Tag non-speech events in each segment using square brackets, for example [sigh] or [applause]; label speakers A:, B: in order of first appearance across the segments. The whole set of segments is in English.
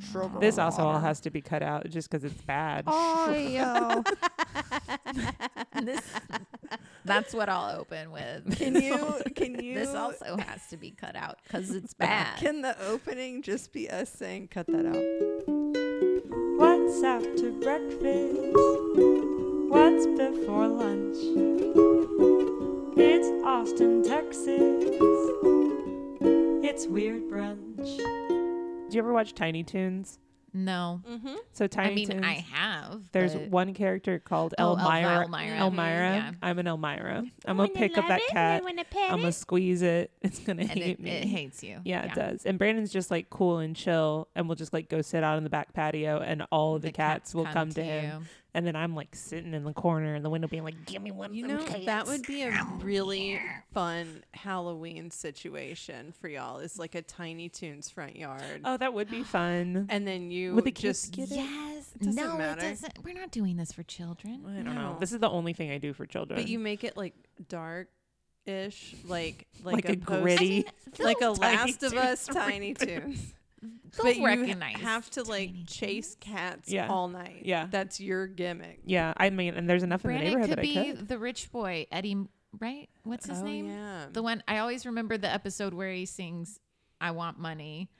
A: Sugar
B: This also
A: water.
B: has to be cut out just because it's bad.
A: [laughs]
B: [laughs]
A: Oh, yo.
C: this, that's what I'll open with.
A: [laughs] Can you? Can you?
C: This also has to be cut out
A: [laughs]
C: because it's bad.
A: Can the opening just be us saying cut that out?
D: What's after breakfast? What's before lunch? It's Austin, Texas. It's Weird Brunch.
B: Do you ever watch Tiny Toons?
C: no,
A: Mm-hmm.
B: So Tiny
C: I mean
B: Toons.
C: I have.
B: there's
C: but-
B: one character called
C: Oh,
B: Elmira.
C: Elmira.
B: Elmira.
C: Yeah.
B: I'm an Elmira. I'm gonna pick up that cat. I'm gonna squeeze it. [laughs] It's gonna
C: and
B: hate
C: it,
B: me.
C: it hates you.
B: yeah, it does. And Brandon's just like cool and chill, and we'll just like go sit out on the back patio, and all of the, cats, will come, to, him.
C: you.
B: And then I'm like sitting in the corner, and the window being like, "Give me one."
A: You
B: of
A: know
B: them cats."
A: that would be a really fun Halloween situation for y'all. Is like a Tiny Toons front yard,
B: Oh, that [gasps] would be fun.
A: and then you
B: Would the kids
A: just
B: get it?
C: Yes.
A: doesn't
C: no,
A: matter.
C: it doesn't. We're not doing this for children.
B: I don't know.
A: No.
B: This is the only thing I do for children.
A: But you make it like dark ish,
B: [laughs]
A: like like,
B: like, a,
A: post-
B: gritty.
C: [laughs]
A: like a
B: They'll Tiny
A: Last of
B: Toons
A: Us Tiny Toons.
C: They'll
A: But you
C: recognize
A: have to like
C: Tiny
A: chase cats
B: Yeah.
A: all night.
B: Yeah.
A: that's your gimmick.
B: yeah, I mean, and there's enough in the
C: Brandon
B: neighborhood
C: could
B: that I
C: be
B: could.
C: the rich boy Eddie. Right? What's his
A: oh
C: name?
A: yeah,
C: The one I always remember the episode where he sings "I Want Money."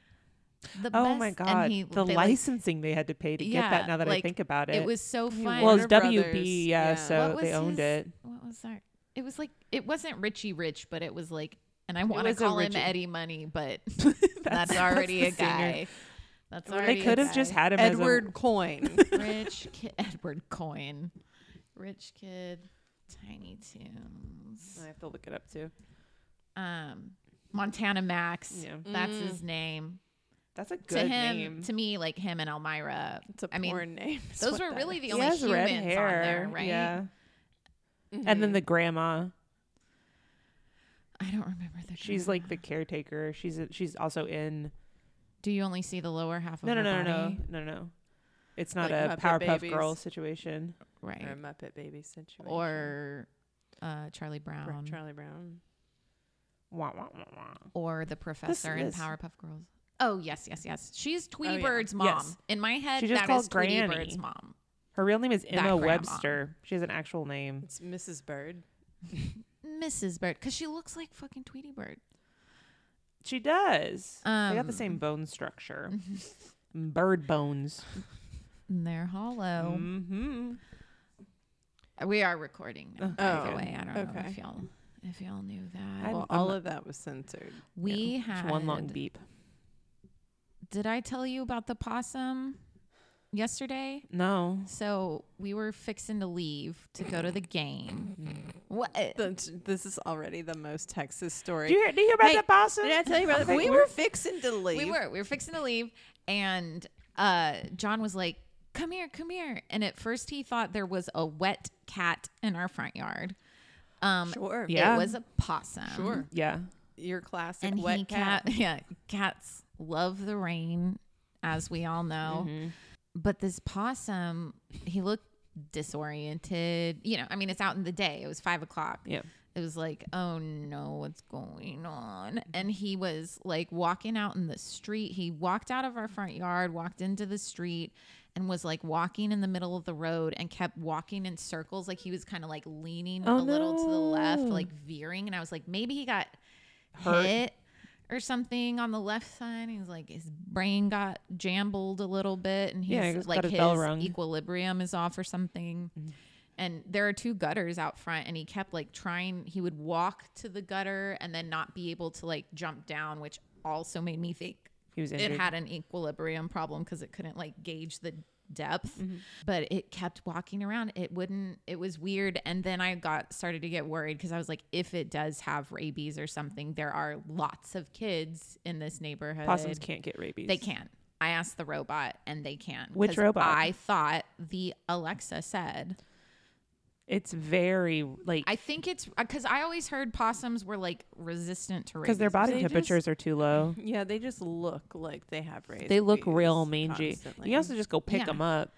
C: The
B: Oh my
C: best- and
B: god,
C: he-
B: the
C: they, like,
B: licensing they had to pay to get that.
C: Yeah,
B: Now that I
C: like,
B: think about it,
C: It was so fun.
B: well, it's
A: Warner
B: WB,
A: Brothers,
B: yeah,
A: yeah.
B: so
C: What
B: they
C: was
B: owned
C: his-
B: it.
C: what was that? It was like it wasn't Richie Rich, but it was like, and I want to
B: was a
C: call him
B: Richie.
C: Eddie
B: [laughs]
C: Money, but
B: That's
C: that's, already
B: the
C: a guy. That's
A: They
C: already
B: They
C: a
B: could have just [laughs]
C: guy.
B: had him
A: Edward [laughs] Coin.
C: rich kid Edward Coin, rich kid, Tiny Toons,
B: As a, I have to look it up too.
C: um, Montana Max.
B: Yeah.
C: That's his name.
B: That's a
C: to
B: good
C: him,
B: name.
C: to me, like him and Elmira.
A: It's a
C: I
A: porn
C: mean,
A: name. is
C: Those
A: what
C: were
A: that
C: really the
B: he
C: only
B: has
C: humans
B: red hair,
C: on there, right?
B: Yeah,
A: is.
C: mm-hmm.
B: and then
A: Mhm.
B: the grandma.
C: I don't remember the.
B: She's like the caretaker. She's a, she's also in.
C: Do you only see the lower half of
B: No, no,
C: her
B: no, no, no,
C: body?
B: no, no. It's not
A: Like
B: a
A: Muppet
B: Powerpuff
A: Babies.
B: Girl situation.
C: Right.
A: or a Muppet Baby situation
C: or uh, Charlie
A: Bra-
C: Brown
A: Charlie Brown.
B: Wah, wah, wah, wah.
C: or the professor in
B: this-
C: Powerpuff Girls. Oh yes, yes, yes. She's Tweety
A: yeah.
C: Bird's mom.
B: Yes.
C: In my head,
B: She just
C: that
B: called
C: is Tweety
B: Granny.
C: Bird's mom.
B: Her real name is Emma
C: grandma.
B: Webster. She has an actual name.
A: It's Mrs. Bird.
C: Mrs. Bird, because she looks like fucking Tweety Bird.
B: She does. they got the
C: Um,
B: same bone
C: [laughs]
B: structure. Bird bones.
C: And they're hollow.
B: Mm-hmm. Mm.
C: We are recording. Now, by
A: Oh,
C: the way, I don't know
A: okay.
C: if y'all if y'all knew that.
B: I'm-
A: well,
B: I'm
A: all
B: not-
A: of that was censored.
C: we
B: It's
C: had
B: one long beep.
C: Did I tell you about the possum yesterday?
B: No.
C: So we were fixing to leave to go to the game.
B: Mm.
C: what?
A: That's- This is already the most Texas story. [laughs]
B: Do you hear, do you hear about
A: Hey,
B: that possum?
A: Did I tell you about that?
B: Like,
A: We
B: we're-
A: were fixing to leave.
C: We were. We were fixing to leave, and uh, John was like, "Come here, come here!" And at first, he thought there was a wet cat in our front yard. Um,
A: Sure.
B: Yeah.
C: it was a possum.
A: Sure.
B: Yeah.
A: Your classic
C: and
A: wet
C: he
A: cat.
C: cat. [laughs] yeah, cats love the rain, as we all know.
A: Mm-hmm.
C: But this possum, he looked disoriented. You know, I mean, it's out in the day. It was five o'clock
B: Yeah.
C: it was like, oh no, what's going on? And he was like walking out in the street. He walked out of our front yard, walked into the street, and was like walking in the middle of the road and kept walking in circles. Like he was kind of like leaning
B: Oh,
C: a little to the left,
B: no.
C: like veering. And I was like, maybe he got
B: Hurt.
C: hit or something on the left side. He was like, his brain got jambled a little bit, and he's
B: Yeah, he just
C: like
B: got his
C: his
B: bell rung. Mm-hmm.
C: equilibrium is off or something. And there are two gutters out front, and he kept like trying. He would walk to the gutter and then not be able to like jump down, which also made me think
B: He was injured.
C: it had an equilibrium problem because it couldn't like gauge the depth
B: Mm-hmm.
C: but it kept walking around it wouldn't it was weird and then i got started to get worried because i was like if it does have rabies or something there are lots of kids in this neighborhood
B: Possums can't get rabies.
C: they can i asked the robot and they can
B: Which
C: 'Cause
B: robot?
C: i thought the alexa said
B: It's very like
C: i think it's because i always heard possums were like resistant to rabies
B: because their
C: or
B: body
A: They just-
B: temperatures are too
C: [laughs]
B: low.
A: Yeah, they just look like they have rabies.
B: They look real mangy.
A: constantly.
B: You also just go pick
C: Yeah.
B: them up.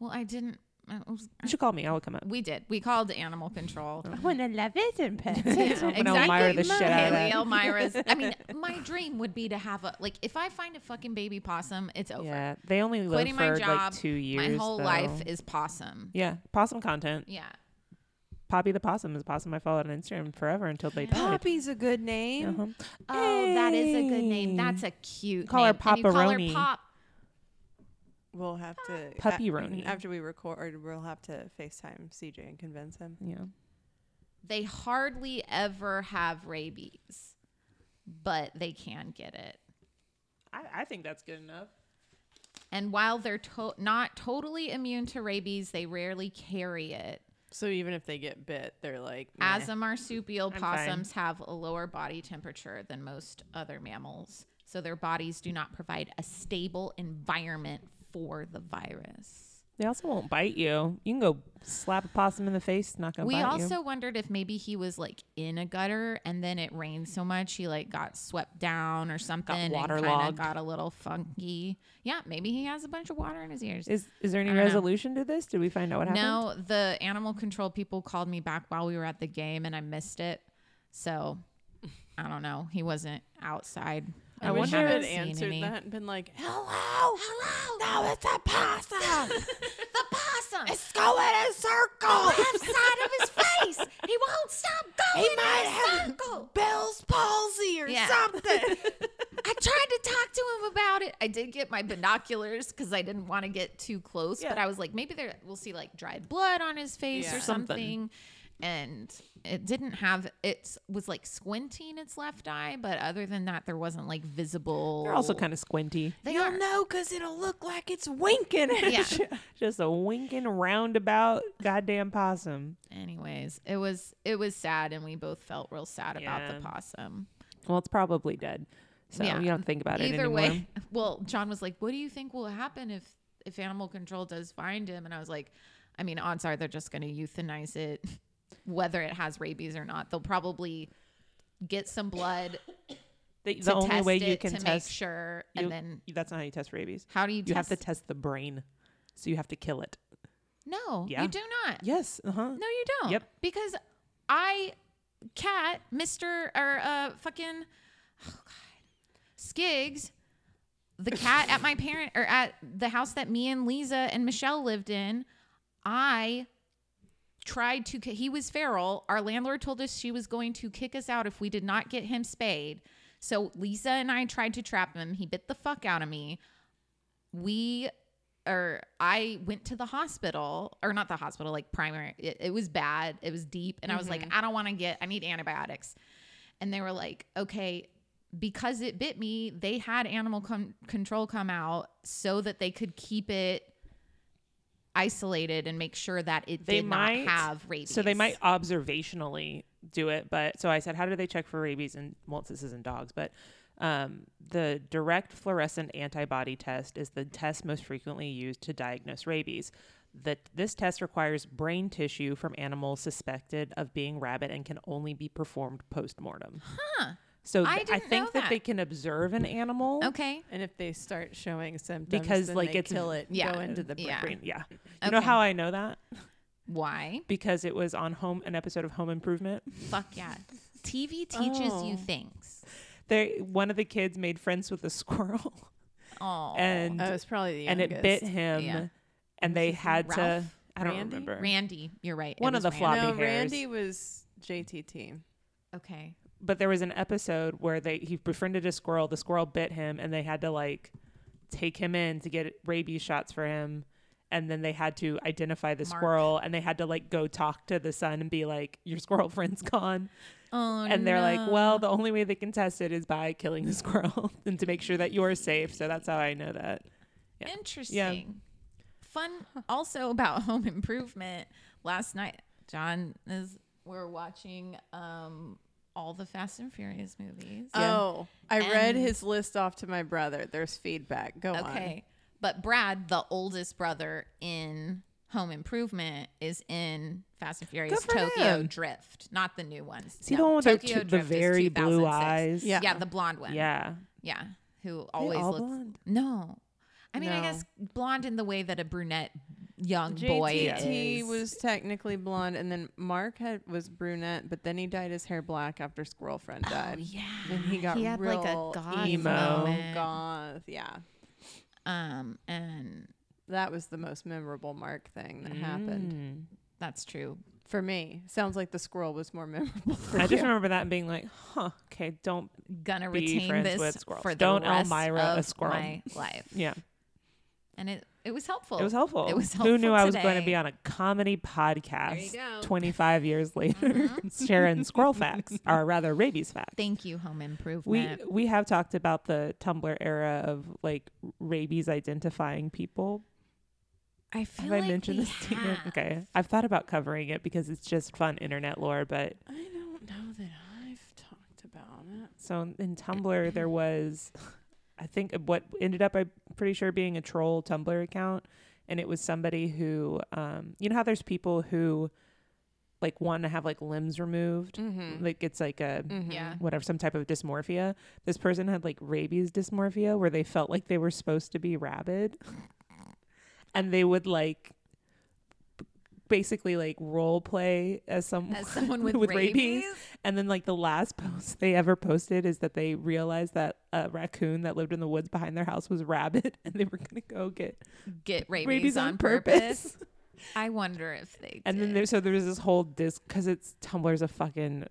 C: Well, I didn't it was-
B: You should call me. I will come up.
C: we did. We called animal control.
B: I want to love it and pet. [laughs]
C: Yeah,
B: I'm gonna Elmira the shit out of
C: Haley
B: that.
C: Elmira's. I
B: [laughs]
C: mean, my dream would be to have a like. If I find a fucking baby possum, it's over.
B: Yeah, they only live
C: Quitting my
B: for
C: job.
B: like two years.
C: my whole
B: though.
C: life is possum.
B: Yeah, possum content.
C: Yeah.
B: Poppy the possum is a possum I followed on Instagram forever until
C: [gasps]
B: they died.
A: Poppy's a good name.
B: Uh-huh.
C: Oh, that is a good name.
B: Hey.
C: That's a cute.
B: Call her
C: name. And you call her
B: Paparoni.
C: Pop.
A: We'll have to
B: Puppy
A: a-
B: Roni.
A: After we record, we'll have to FaceTime CJ and convince him.
B: Yeah,
C: They hardly ever have rabies, but they can get it.
B: I, I think that's good enough.
C: And while they're to- not totally immune to rabies, they rarely carry it.
A: So even if they get bit, they're like,
C: As a marsupial,
B: I'm fine.
C: possums have a lower body temperature than most other mammals, so their bodies do not provide a stable environment for the virus.
B: They also won't bite you. You can go slap a possum in the face. it's Not gonna
C: we
B: bite
C: also
B: you.
C: wondered if maybe he was like in a gutter and then it rained so much he like got swept down or something and kinda
B: waterlogged.
C: got a little funky. Yeah, maybe he has a bunch of water in his ears.
B: Is is there any
C: I don't know.
B: resolution to this? Did we find out what happened?
C: No, the animal control people called me back while we were at the game and I missed it. So I don't know. He wasn't outside.
A: I,
C: We
A: wish I
C: haven't
A: had
C: seen
A: answered
C: any.
A: that and been like, hello, hello. No, it's a possum.
C: The possum
A: it's going in circles.
C: left side of his face. He won't stop going.
A: He might have Bill's palsy or
C: Yeah.
A: something.
C: [laughs]
A: [laughs]
C: I tried to talk to him about it. I did get my binoculars because I didn't want to get too close, but I was like, maybe there we'll see like dried blood on his face
A: Yeah.
C: or something. And it didn't have it was like squinting its left eye, but other than that, there wasn't like visible.
B: They're also kind of squinty. [laughs]
C: They
A: You'll
C: are.
A: know because it'll look like it's winking at
C: Yeah.
A: you.
B: Just a winking roundabout goddamn possum.
C: Anyways, it was it was sad, and we both felt real sad about
B: Yeah.
C: the possum.
B: Well, it's probably dead. So
C: Yeah.
B: you don't think about it
C: Either
B: anymore.
C: way, [laughs] well, John was like, "What do you think will happen if if animal control does find him?" And I was like, "I mean, odds are they're just going to euthanize it, [laughs] whether it has rabies or not. They'll probably get some blood.
B: [laughs] [laughs] The,
C: to
B: the only
C: test
B: way you
C: it
B: can
C: to
B: test
C: make sure,
B: you-
C: and then
B: that's not how you test rabies.
C: how do you?
B: You have to
C: test-
B: test the brain. So you have to kill it.
C: no,
B: Yeah.
C: you do not.
B: Yes. Uh huh.
C: No, you don't.
B: Yep.
C: Because I, cat, Mister, or uh, fucking, oh god, Skiggs, the cat at my parent or at the house that me and Lisa and Michelle lived in, I tried to. ki- He was feral. Our landlord told us she was going to kick us out if we did not get him spayed. So Lisa and I tried to trap him. He bit the fuck out of me. We or I went to the hospital or not the hospital, like primary. It, it was bad. It was deep. And I was
B: Mm-hmm.
C: like, I don't want to get, I need antibiotics. And they were like, okay, because it bit me, they had animal com- control come out so that they could keep it isolated and make sure that it
B: They
C: did
B: might-
C: not have rabies.
B: So they might observationally do it, but so I said, how do they check for rabies? And well, this isn't dogs, but um, the direct fluorescent antibody test is the test most frequently used to diagnose rabies. That this test requires brain tissue from animals suspected of being rabid and can only be performed post mortem. Huh. So
C: I
B: th-
C: didn't know
B: think that.
C: that. Oh,
B: they can observe an animal.
C: Okay.
A: And if they start showing symptoms,
B: Because,
A: then
B: like,
A: they
B: it's-
A: kill it, and
C: Yeah.
A: go into the brain.
C: Yeah.
B: Brain- yeah. You know
C: Okay.
B: how I know that?
C: Why?
B: Because it was on home an episode of Home Improvement.
C: Fuck yeah. TV teaches you
A: Oh.
C: things.
B: they one of the kids made friends with a [laughs] squirrel
C: Oh.
B: and
A: I was probably the
B: and
A: youngest.
B: it bit him
C: Yeah.
B: and they had to
C: Ralph?
B: I don't
A: Randy?
B: remember
C: Randy, you're right. It
B: One of
C: was
B: the
C: Randy.
B: floppy
A: No,
B: hairs.
A: Randy was JTT.
C: Okay.
B: but there was an episode where they he befriended a squirrel the squirrel bit him and they had to like take him in to get rabies shots for him and then they had to identify the
C: Mark.
B: squirrel and they had to like go talk to the son and be like your squirrel [laughs] friend's gone
C: Oh,
B: and they're like well the only way they can test it is by killing the [laughs] squirrel and to make sure that you're safe so that's how i know that yeah.
C: interesting. Fun also [laughs] about home improvement. Last night, John is we're watching um all the Fast and Furious movies.
A: Oh, I read
C: And-
A: his list off to my brother. There's feedback. Go on.
C: Okay. But Brad, the oldest brother in Home Improvement, is in Fast and Furious
B: for
C: Tokyo
B: him.
C: Drift, not the new ones.
B: See the one with the
C: Tokyo
B: two- the
C: Drift is
B: very blue
C: 2006.
B: eyes?
C: Yeah.
A: Yeah.
C: the blonde one.
B: Yeah.
C: Yeah. Who always
B: all
C: looks
B: blonde.
C: No. I mean, I
A: No.
C: guess blonde in the way that a brunette young boy
A: JTT
C: is.
A: was technically blonde, and then Mark had, was brunette, but then he dyed his hair black after his girlfriend died.
C: Oh, yeah.
A: And he got
C: He had,
A: real
C: like, a goth
A: emo,
C: moment.
A: goth. Yeah,
C: um, and
A: that was the most memorable Mark thing
C: Mm.
A: that happened
B: Mm.
C: that's true.
A: for me. Sounds like the squirrel was more [laughs] memorable. For
B: I
A: you.
B: just remember that and being like, huh, okay, don't.
C: Gonna
B: Be
C: retain
B: friends
C: this
B: with squirrels.
C: for the
B: Don't
C: rest
B: Elmira a
C: of
B: squirrel.
C: my life.
B: Yeah,
C: And it it was helpful.
B: it was helpful.
C: It was
B: Who knew
C: helpful
B: I was going to
C: today.
B: be on a comedy podcast
A: go.
B: 25 years later, [laughs]
C: Uh-huh.
B: sharing squirrel
C: [laughs]
B: facts, or rather, rabies facts?
C: Thank you, home
B: we
C: improvement.
B: we have talked about the Tumblr era of like rabies identifying people.
C: I feel
B: Have
C: like
B: I mentioned
C: we
B: this to you?
C: have.
B: Okay, I've thought about covering it because it's just fun internet lore. But
A: I don't know that I've talked about it.
B: so in Tumblr there was, I think uh, what ended up I'm pretty sure being a troll Tumblr account, and it was somebody who, um, you know how there's people who, like want to have like limbs removed,
A: Mm-hmm.
B: like it's like a
C: Yeah.
B: whatever some type of dysmorphia this person had like rabies dysmorphia where they felt like they were supposed to be rabid and they would like b- basically like role play as someone [laughs]
C: As someone with,
B: and then like the last [laughs] post they ever posted is that they realized that a raccoon that lived in the woods behind their house was rabid [laughs] and they were gonna go get
C: get rabies,
B: rabies
C: on, purpose. [laughs] I wonder if they
B: [laughs] And then
C: did.
B: there, so there was this whole disc because it's Tumblr's a fucking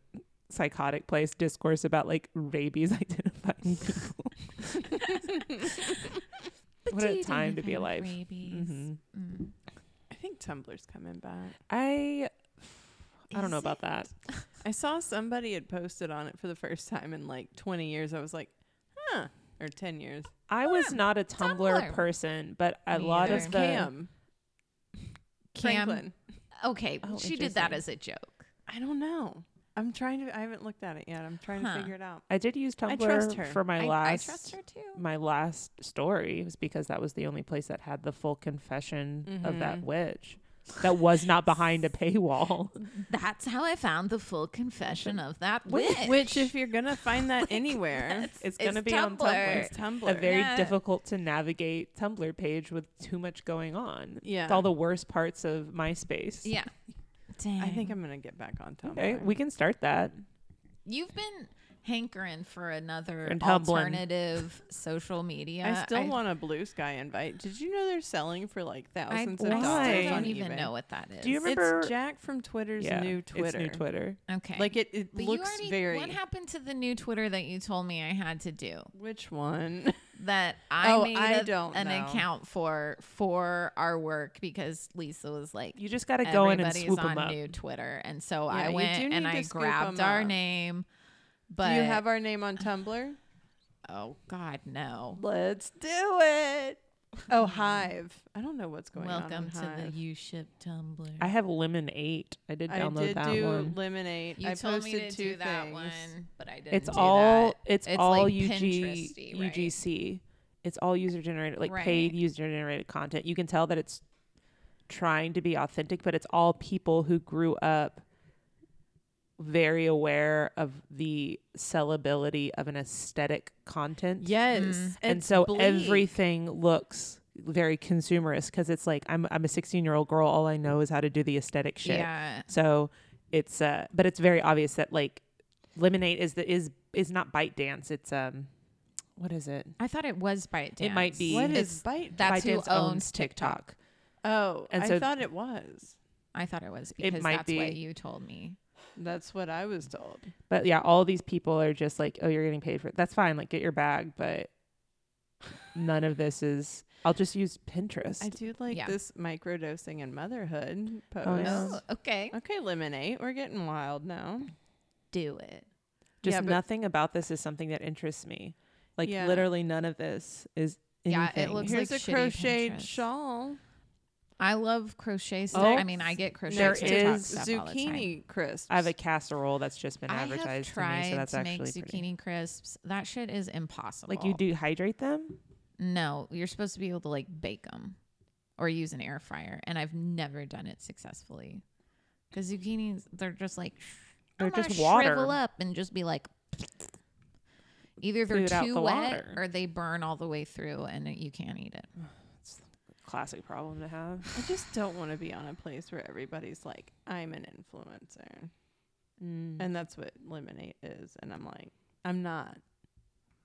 B: psychotic place. Discourse about like rabies [laughs] identifying people.
C: But [laughs]
B: what
C: do
B: a
C: you
B: time to be
C: identify
B: alive.
C: with Rabies.
B: Mhm.
C: Mm.
A: I think Tumblr's coming back.
B: I I don't
C: Is
B: know about
C: it?
B: that.
A: I saw somebody had posted on it for the first time in like 20 years. I was like, huh, or 10 years.
B: I was not a Tumblr,
C: Tumblr.
B: person, but a
C: Me
B: lot
A: It
C: either.
B: of
A: was
B: the
A: Cam
C: Cam.
A: Franklin.
C: Okay,
B: Oh,
C: she did that
B: interesting.
C: as a joke.
A: I don't know. I'm trying to. I haven't looked at it yet. I'm trying
C: Huh.
A: to figure it out.
B: I did use
A: I trust
B: Tumblr
A: her.
B: for my
C: I, I
B: last
C: trust her too.
B: my last story was because that was the only place that had the full confession of that
A: Mhm.
B: witch that was not
A: [laughs]
B: behind a paywall.
C: That's how I found the full confession of that witch.
A: Which, if you're gonna find
B: [laughs]
A: that anywhere,
B: It's gonna be on Tumblr.
A: it's Tumblr.
B: a very
C: Yeah.
B: difficult to navigate Tumblr page with too much going on.
A: yeah.
B: It's all the worst parts of MySpace.
C: Yeah. Dang.
A: I think I'm gonna get back on Tumblr.
B: Okay, we can start that.
C: You've been hankering for another
B: And humbling.
C: alternative social media.
A: I still want a blue sky invite. Did you know they're selling for like
C: I,
A: thousands of
B: why?
A: dollars?
C: I still
A: on
C: don't even
A: eBay?
C: know what that is.
B: Do you remember-
A: It's Jack from Twitter's
B: yeah,
A: new Twitter.
B: It's new Twitter.
C: Okay.
A: Like it, it
C: But
A: looks
C: you already,
A: very.
C: What happened to the new Twitter that you told me I had to do?
A: Which one? [laughs]
C: That I
A: Oh,
C: made
A: I
C: a-
A: don't
C: an
A: know.
C: account for for our work because Lisa was like,
B: You just got to go in and
C: everybody's
B: swoop
C: on
B: them up.
C: new Twitter, and so
A: Yeah,
C: I
A: you do
C: went
A: need
C: and
A: to
C: I
A: scoop
C: grabbed
A: 'em
C: our
A: up.
C: name. But
A: Do you have our name on Tumblr?
C: oh god, no.
A: Let's do it. Oh, Hive. I don't know what's going on.
C: Hmm. Welcome
A: on
C: to the
A: Hive.
C: You Ship Tumblr.
B: I have Lemon Eight. I did
A: I
B: download
A: did
B: that
A: do
B: one.
A: Lemonade.
C: you
A: I
C: told
A: posted
C: me to
A: two
C: do that
A: things.
C: one, but I didn't.
B: It's
C: do
B: all
C: that.
B: it's,
C: It's
B: all
C: like
B: UG
C: Pinteresty, right?
B: UGC. It's all user generated, like
C: Right.
B: paid user generated content. You can tell that it's trying to be authentic, but it's all people who grew up very aware of the sellability of an aesthetic content.
A: Yes.
C: Mm.
B: and
A: it's
B: so
A: bleak.
B: everything looks very consumerist because it's like I'm I'm a 16 year old girl. All I know is how to do the aesthetic shit.
C: Yeah.
B: So it's uh but it's very obvious that like lemonade is the is is not bite dance. It's um what is it?
C: I thought it was Byte
B: It might be-
A: What
B: It's-
A: is Bite?
C: That's who
B: ByteDance
C: owns TikTok.
A: oh,
B: and
A: I
B: so-
A: thought it was.
C: I thought it was
B: It
C: because
B: might
C: that's what
B: be.
C: you told
B: [gasps]
C: me.
A: That's what I was told.
B: But yeah, all these people are just like, oh, you're getting paid for it. That's fine. Like get your bag, but none of this is. I'll just use Pinterest.
A: I do like
C: Yeah.
A: this microdosing and motherhood post.
B: Oh, yeah. Oh.
C: okay.
A: Okay, Lemonade. We're getting wild now.
C: Do it.
B: just
A: yeah, but-
B: nothing about this is something that interests me. Like
A: Yeah.
B: literally none of this is
C: Yeah, it
B: anything.
C: looks
A: Here's
C: like
A: a
C: shitty
A: crocheted
C: Pinterest.
A: shawl.
C: I love crochet stuff.
B: Oh,
C: I mean, I get crochet
B: there
C: TikTok
B: is
C: stuff all the time.
A: zucchini crisps.
B: I have a casserole that's just been
C: I have
B: advertised to
C: tried
B: me, so that's
C: to make
B: actually
C: zucchini
B: pretty.
C: crisps. That shit is impossible.
B: Like you do hydrate them?
C: No, you're supposed to be able to like bake them or use an air fryer, and I've never done it successfully. Because zucchinis, they're just like
B: They're
C: I'm gonna
B: just water.
C: Shrivel up and just be like. Either they're
B: Food out
C: too
B: the
C: wet
B: water.
C: or they burn all the way through and you can't eat it.
B: classic problem to have.
A: I just don't want to be on a place where everybody's like, I'm an influencer.
B: Mm.
A: And that's what Lemonade is. And I'm like, I'm not.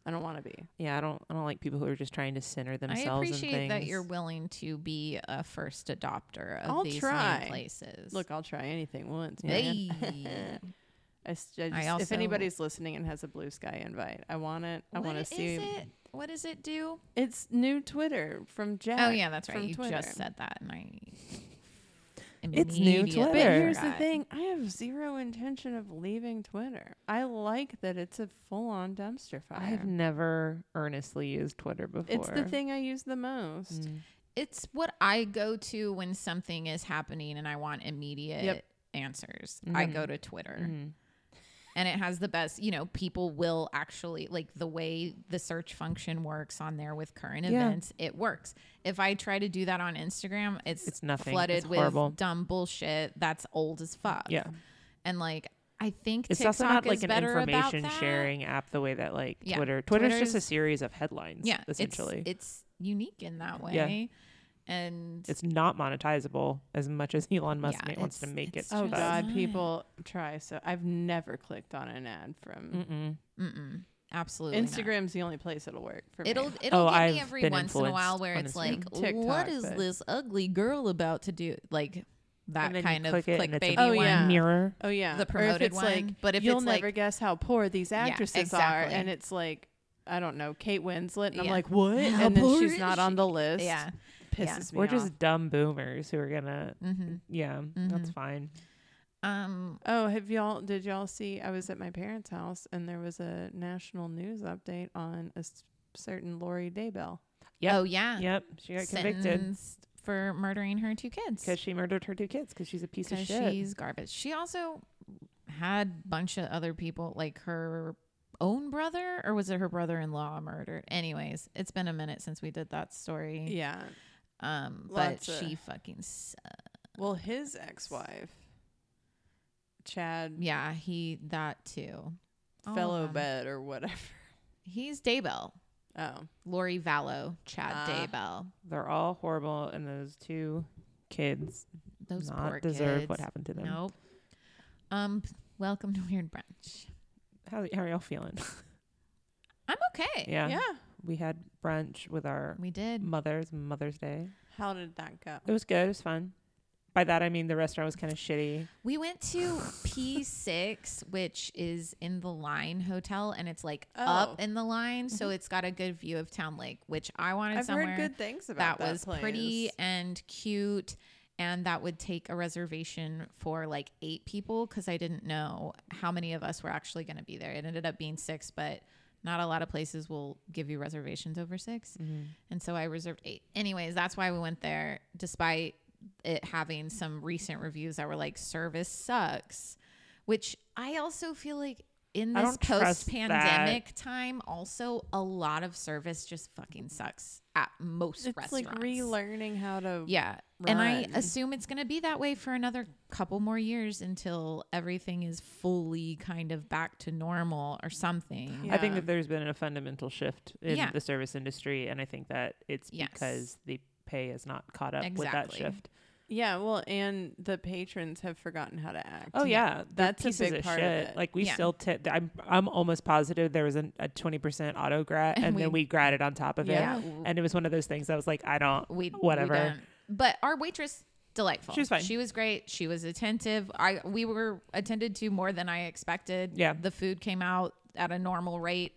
A: I don't want to be.
B: Yeah, I don't. I don't like people who are just trying to center
C: I
B: themselves.
C: appreciate
B: in things.
C: that you're willing to be a first adopter of
A: I'll
C: these new
A: try.
C: places.
A: Look, I'll try anything once. man.
C: hey.
B: [laughs]
A: I, s- I
C: I
A: just- if
C: also-
A: anybody's listening and has a blue sky invite, I want it. I want to see.
C: it? What does it do?
A: It's new Twitter from Jack.
C: Oh yeah, that's right.
A: from
C: You
A: Twitter.
C: just said that, and I.
B: It's new
C: immediately
B: Twitter.
A: But here's the
C: forgot.
A: thing: I have zero intention of leaving Twitter. I like that it's a full-on dumpster fire.
B: I've never earnestly used Twitter before.
A: it's the thing I use the most.
B: Mm.
C: It's what I go to when something is happening and I want immediate
A: Yep.
C: answers. I
B: Mhm.
C: go to Twitter.
B: Mhm.
C: and it has the best you know people will actually like the way the search function works on there with current
B: Yeah.
C: events it works if i try to do that on instagram it's,
B: It's nothing.
C: flooded
B: It's
C: with
B: horrible.
C: dumb bullshit that's old as fuck
B: Yeah,
C: and like i think
B: it's
C: TikTok
B: also not
C: is
B: like an
C: better about
B: information
C: that.
B: sharing app the way that like
C: Yeah,
B: Twitter. Twitter's just a
C: Twitter's-
B: series of headlines.
C: yeah it's-
B: essentially,
C: it's, unique in that way
B: Yeah.
C: and
B: it's, not monetizable as much as Elon Musk
C: Yeah,
B: wants to
C: it's-
B: make it.
C: it's
A: Oh
C: just-
B: does.
A: God,
C: not.
A: people try so. I've never clicked on an ad from
B: Mm-mm.
C: mm-mm, absolutely not.
A: Instagram's the only place it'll work for me.
C: It'll it'll give
B: Oh, I've
C: me every
B: been
C: once in a while
B: influenced
C: where
B: on
C: it's
B: Instagram.
C: like,
A: TikTok,
C: what is
A: but-
C: this ugly girl about to do? Like that
B: And then you
C: kind of
B: click it and it's a
C: clickbaity
A: Oh,
C: one.
A: yeah.
B: Mirror.
A: Oh yeah,
C: the promoted
A: or if it's
C: one,
A: Like,
C: but if
A: you'll
C: it's,
A: never
C: like-
A: guess how poor these
C: Yeah,
A: actresses
C: exactly.
A: are, and it's like I don't know, Kate Winslet, and I'm
C: Yeah.
A: like, what?
C: How
A: and then
C: poor
A: she's
C: is
A: not on the list.
C: Yeah.
A: pisses
C: yeah.
A: me
B: We're
A: off.
B: just dumb boomers who are gonna.
C: hmm
B: Yeah, that's
C: Mhm.
B: fine.
C: Um.
A: Oh, have y'all? Did y'all see? I was at my parents' house, and there was a national news update on a s- certain Lori Daybell.
B: Yep.
C: Oh yeah.
B: Yep, she got convicted
C: Sentenced for murdering her two kids
B: because she murdered her two kids because she's a piece of
C: 'Cause
B: shit.
C: she's garbage. She also had bunch of other people like her own brother or was it her brother-in-law murdered anyways it's been a minute since we did that story
A: Yeah.
C: um but
A: Lots of-
C: she fucking sucks.
A: Well, his ex-wife, Chad,
C: yeah Oh, he that too All of
A: fellow
C: them.
A: bed or whatever. [laughs]
C: He's Daybell.
A: Oh,
C: Lori Vallow, Chad
A: Ah.
C: Daybell.
B: They're all horrible, and those two kids
C: Those poor
B: not deserve
C: kids.
B: what happened to them.
C: Nope. Um, welcome to Weird Brunch.
B: How, how are y'all
C: [laughs]
B: feeling?
C: I'm okay.
B: yeah. Mm.
A: yeah.
B: we had brunch with our
C: We did.
B: mothers Mother's Day.
A: How did that go?
B: It was good. It was fun. By that I mean the restaurant was kind of shitty.
C: We went to P6, which is in the Line Hotel, and it's like
A: Oh.
C: up in the line,
B: Mm-hmm.
C: so it's got a good view of Town Lake, which I wanted
A: I've
C: somewhere.
A: heard good things about
C: that
A: that.
C: was
A: place.
C: pretty and cute and that would take a reservation for like eight people because i didn't know how many of us were actually going to be there it ended up being six but not a lot of places will give you reservations over 6
B: Mm-hmm.
C: and so i reserved eight anyways that's why we went there despite it having some recent reviews that were like service sucks which i also feel like in
B: I
C: this
B: don't trust that.
C: post pandemic time also a lot of service just fucking sucks at most
A: It's like
C: restaurants
A: relearning how to.
C: yeah and i
A: run.
C: assume it's going to be that way for another couple more years until everything is fully kind of back to normal or something
B: I think
A: Yeah.
B: that there's been a fundamental shift in
C: Yeah.
B: the service industry, and I think that it's
C: Yes.
B: because the pay has not caught up with that
C: Exactly.
B: shift.
A: Yeah, well, and the patrons have forgotten how to act.
B: Oh yeah, They're
A: That's a
B: pieces
A: big
B: of
A: part of
B: shit.
A: it.
B: Like we
C: Yeah.
B: still tip. I'm I'm almost positive there was an, a twenty percent auto grat, and,
C: [laughs] And
B: then
C: we-
B: we gratted on top of
A: Yeah.
B: it, and it was one of those things. I was like, I don't.
C: we
B: whatever.
C: we don't. but our waitress delightful
B: She was fine.
C: she was great she was attentive i we were attended to more than i expected
B: Yeah.
C: the food came out at a normal rate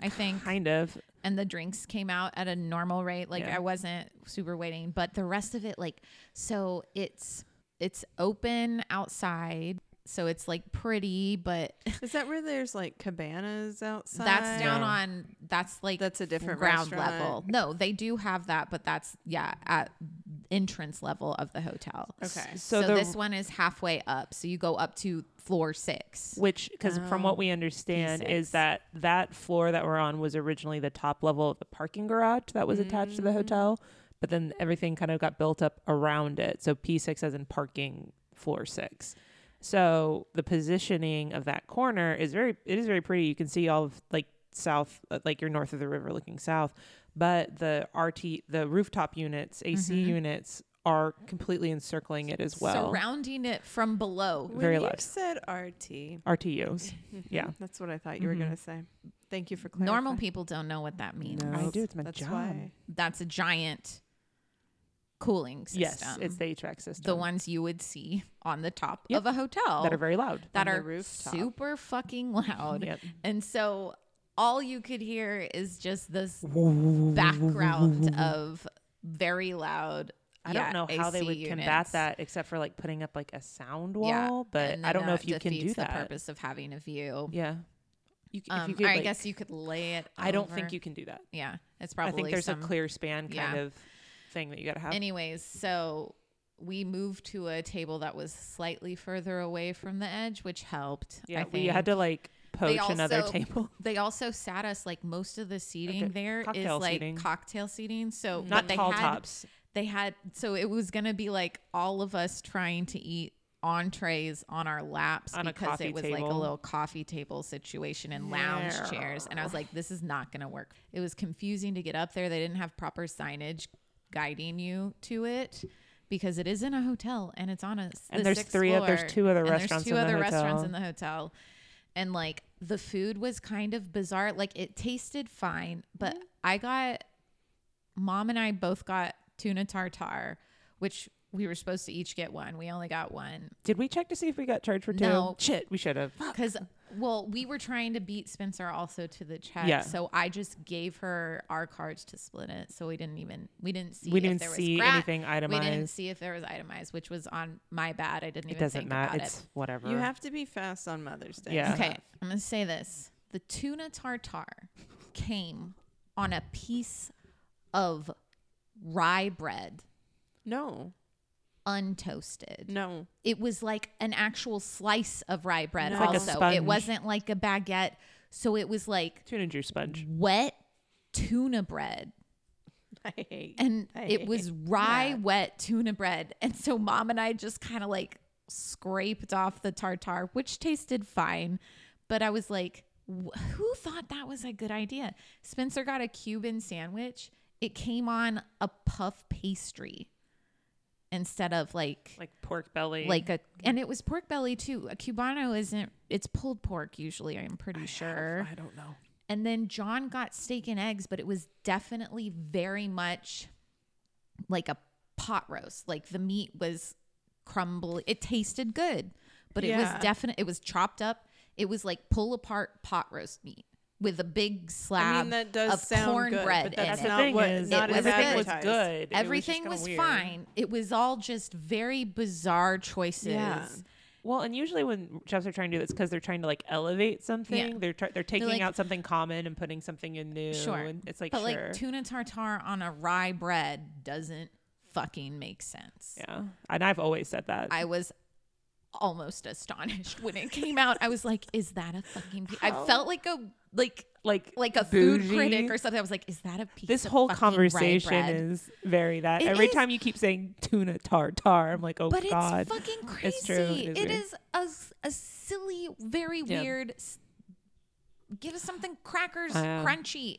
C: i think
B: Kind of.
C: and the drinks came out at a normal rate. Like
B: Yeah.
C: I wasn't super waiting, but the rest of it, like, so it's it's open outside, so it's like pretty, but
A: Is that where there's like cabanas outside?
C: that's down
B: No.
C: on that's like
A: That's a different
C: ground
A: restaurant.
C: level. No, they do have that, but that's yeah at entrance level of the hotel.
A: Okay.
B: So
C: So,
B: the-
C: this one is halfway up, so you go up to floor six.
B: Which, because from
C: Oh,
B: what we understand, is
C: P6.
B: that that floor that we're on was originally the top level of the parking garage that was attached
C: Mm.
B: to the hotel, but then everything kind of got built up around it. So P6 as in parking floor six. So the positioning of that corner is very, it is very pretty. You can see all of like south, uh, like you're north of the river looking south, but the RT, the rooftop units, AC
C: Mhm.
B: units are completely encircling it as well.
C: surrounding it from below.
B: Very
A: when
B: loud.
A: You said RT.
B: RTUs. Yeah.
A: Mhm, That's what I thought you were
B: Mhm.
A: going to say. Thank you for clarifying.
C: Normal people don't know what that means.
B: No. I do, it's my
A: That's
B: job.
A: Why.
C: That's a giant cooling system.
B: Yes, it's the HVAC system.
C: the ones you would see on the top
B: Yep.
C: of a hotel
B: that are very loud.
C: that
A: on the
C: are
A: rooftop.
C: super fucking loud.
B: Yep.
C: And so all you could hear is
B: [laughs]
C: just this background of very loud.
B: I
C: yeah,
B: don't know how they
C: AC
B: would combat
C: units.
B: that except for like putting up like a sound wall,
C: Yeah,
B: but
C: and
B: I
C: then
B: don't know
C: that
B: if you can do
C: defeats
B: that.
C: The purpose of having a view.
B: Yeah. You, c- if
C: Um,
B: you could,
C: or I
B: like-
C: guess you could lay it.
B: I don't think
C: over-
B: you can do that.
C: Yeah, it's
B: I
C: probably.
B: think there's
C: some,
B: a clear span kind
C: yeah.
B: of thing that you got to have.
C: Anyways, so we moved to a table that was slightly further away from the edge, which helped. I
B: yeah,
C: think.
B: we had to like poach another
C: also-
B: table.
C: They also sat us like most of the seating
B: a
C: there is
B: cocktail
C: like
B: seating. Mm-hmm.
C: cocktail seating. So but
B: Not
C: they
B: tall
C: had,
B: tops.
C: They had so it was gonna be like all of us trying to eat entrees on our laps
B: On a
C: because
B: coffee
C: it was like a
B: table.
C: little coffee table situation and lounge chairs. And I was like, this is not gonna work. It was confusing to get up there. They didn't have proper signage guiding you to it. Because it is in a hotel and it's on a s-
B: And
C: the
B: there's
C: sixth
B: three oth- there's
C: floor,
B: two other
C: and
B: restaurants
C: There's two
B: in the
C: other restaurants
B: hotel.
C: in the hotel and like the food was kind of bizarre. Like it tasted fine, but
B: Mm-hmm.
C: I got mom and I both got tuna tartare, which we were supposed to each get one. We only got one
B: Did we check to see if we got charged for two?
C: No.
B: Shit, we should have. [laughs]
C: because well, we were trying to beat Spencer also to the check,
B: Yeah.
C: so I just gave her our cards to split it. So we didn't even we didn't see
B: We
C: if
B: didn't
C: there was
B: see
C: grat-
B: anything itemized.
C: We didn't see if there was itemized, which was on my bad. I didn't
B: it
C: even
B: doesn't
C: think
B: matter.
C: about
B: It's
C: it.
B: whatever.
A: You have to be fast on Mother's Day.
B: Yeah.
C: Okay, I'm gonna say this: the tuna tartare came on a piece of rye bread,
A: No.
C: untoasted.
A: No.
C: It was like an actual slice of rye bread.
A: It's like a
C: also,
B: sponge.
C: it wasn't like a baguette, so it was like
B: tuna juice sponge.
C: wet tuna bread
A: I hate.
C: and
A: I
C: it was rye wet tuna bread and so mom and i just kind of like scraped off the tartar which tasted fine but i was like "Wh- who thought that was a good idea spencer got a cuban sandwich it came on a puff pastry instead of like
B: Like pork belly.
C: like a and it was pork belly too a cubano isn't it's pulled pork usually i'm pretty sure
B: I don't know.
C: and then John got steak and eggs, but it was definitely very much like a pot roast. Like the meat was crumbly. It tasted good, but it
A: Yeah.
C: was definite. It was chopped up. It was like pull apart pot roast meat with a big slab
A: I mean, that does
C: of
A: sound
C: cornbread
A: good, but that's
C: in it.
A: not what
B: is,
A: not
C: it
A: as
C: was
B: everything was
A: advertised.
B: good. It was just
C: Everything
B: kinda
C: was,
B: weird.
C: fine. It was all just very bizarre choices.
A: Yeah.
B: Well, and usually when chefs are trying to do this because they're trying to like elevate something, they're try they're taking
C: like-
B: out something common and putting something in new.
C: Sure.
B: and it's like
C: but
B: sure,
C: like tuna tartare on a rye bread doesn't fucking make sense.
B: yeah. And I've always said that.
C: I was almost astonished when it came out. I was like, "Is that a fucking?" Pe-? I felt like a like
B: like
C: like a
B: bougie.
C: food critic or something. I was like, "Is that a piece?"
B: This
C: of
B: whole
C: fucking rye
B: conversation
C: bread?"
B: is very that.
C: It
B: Every
C: is-
B: time you keep saying tuna tartar, I'm like, oh
C: but
B: god.
C: it's fucking crazy.
B: It's true. It is
C: It
B: weird.
C: is a s- a silly, very
B: Yeah.
C: weird. s- Give us something crackers,
B: I know.
C: crunchy.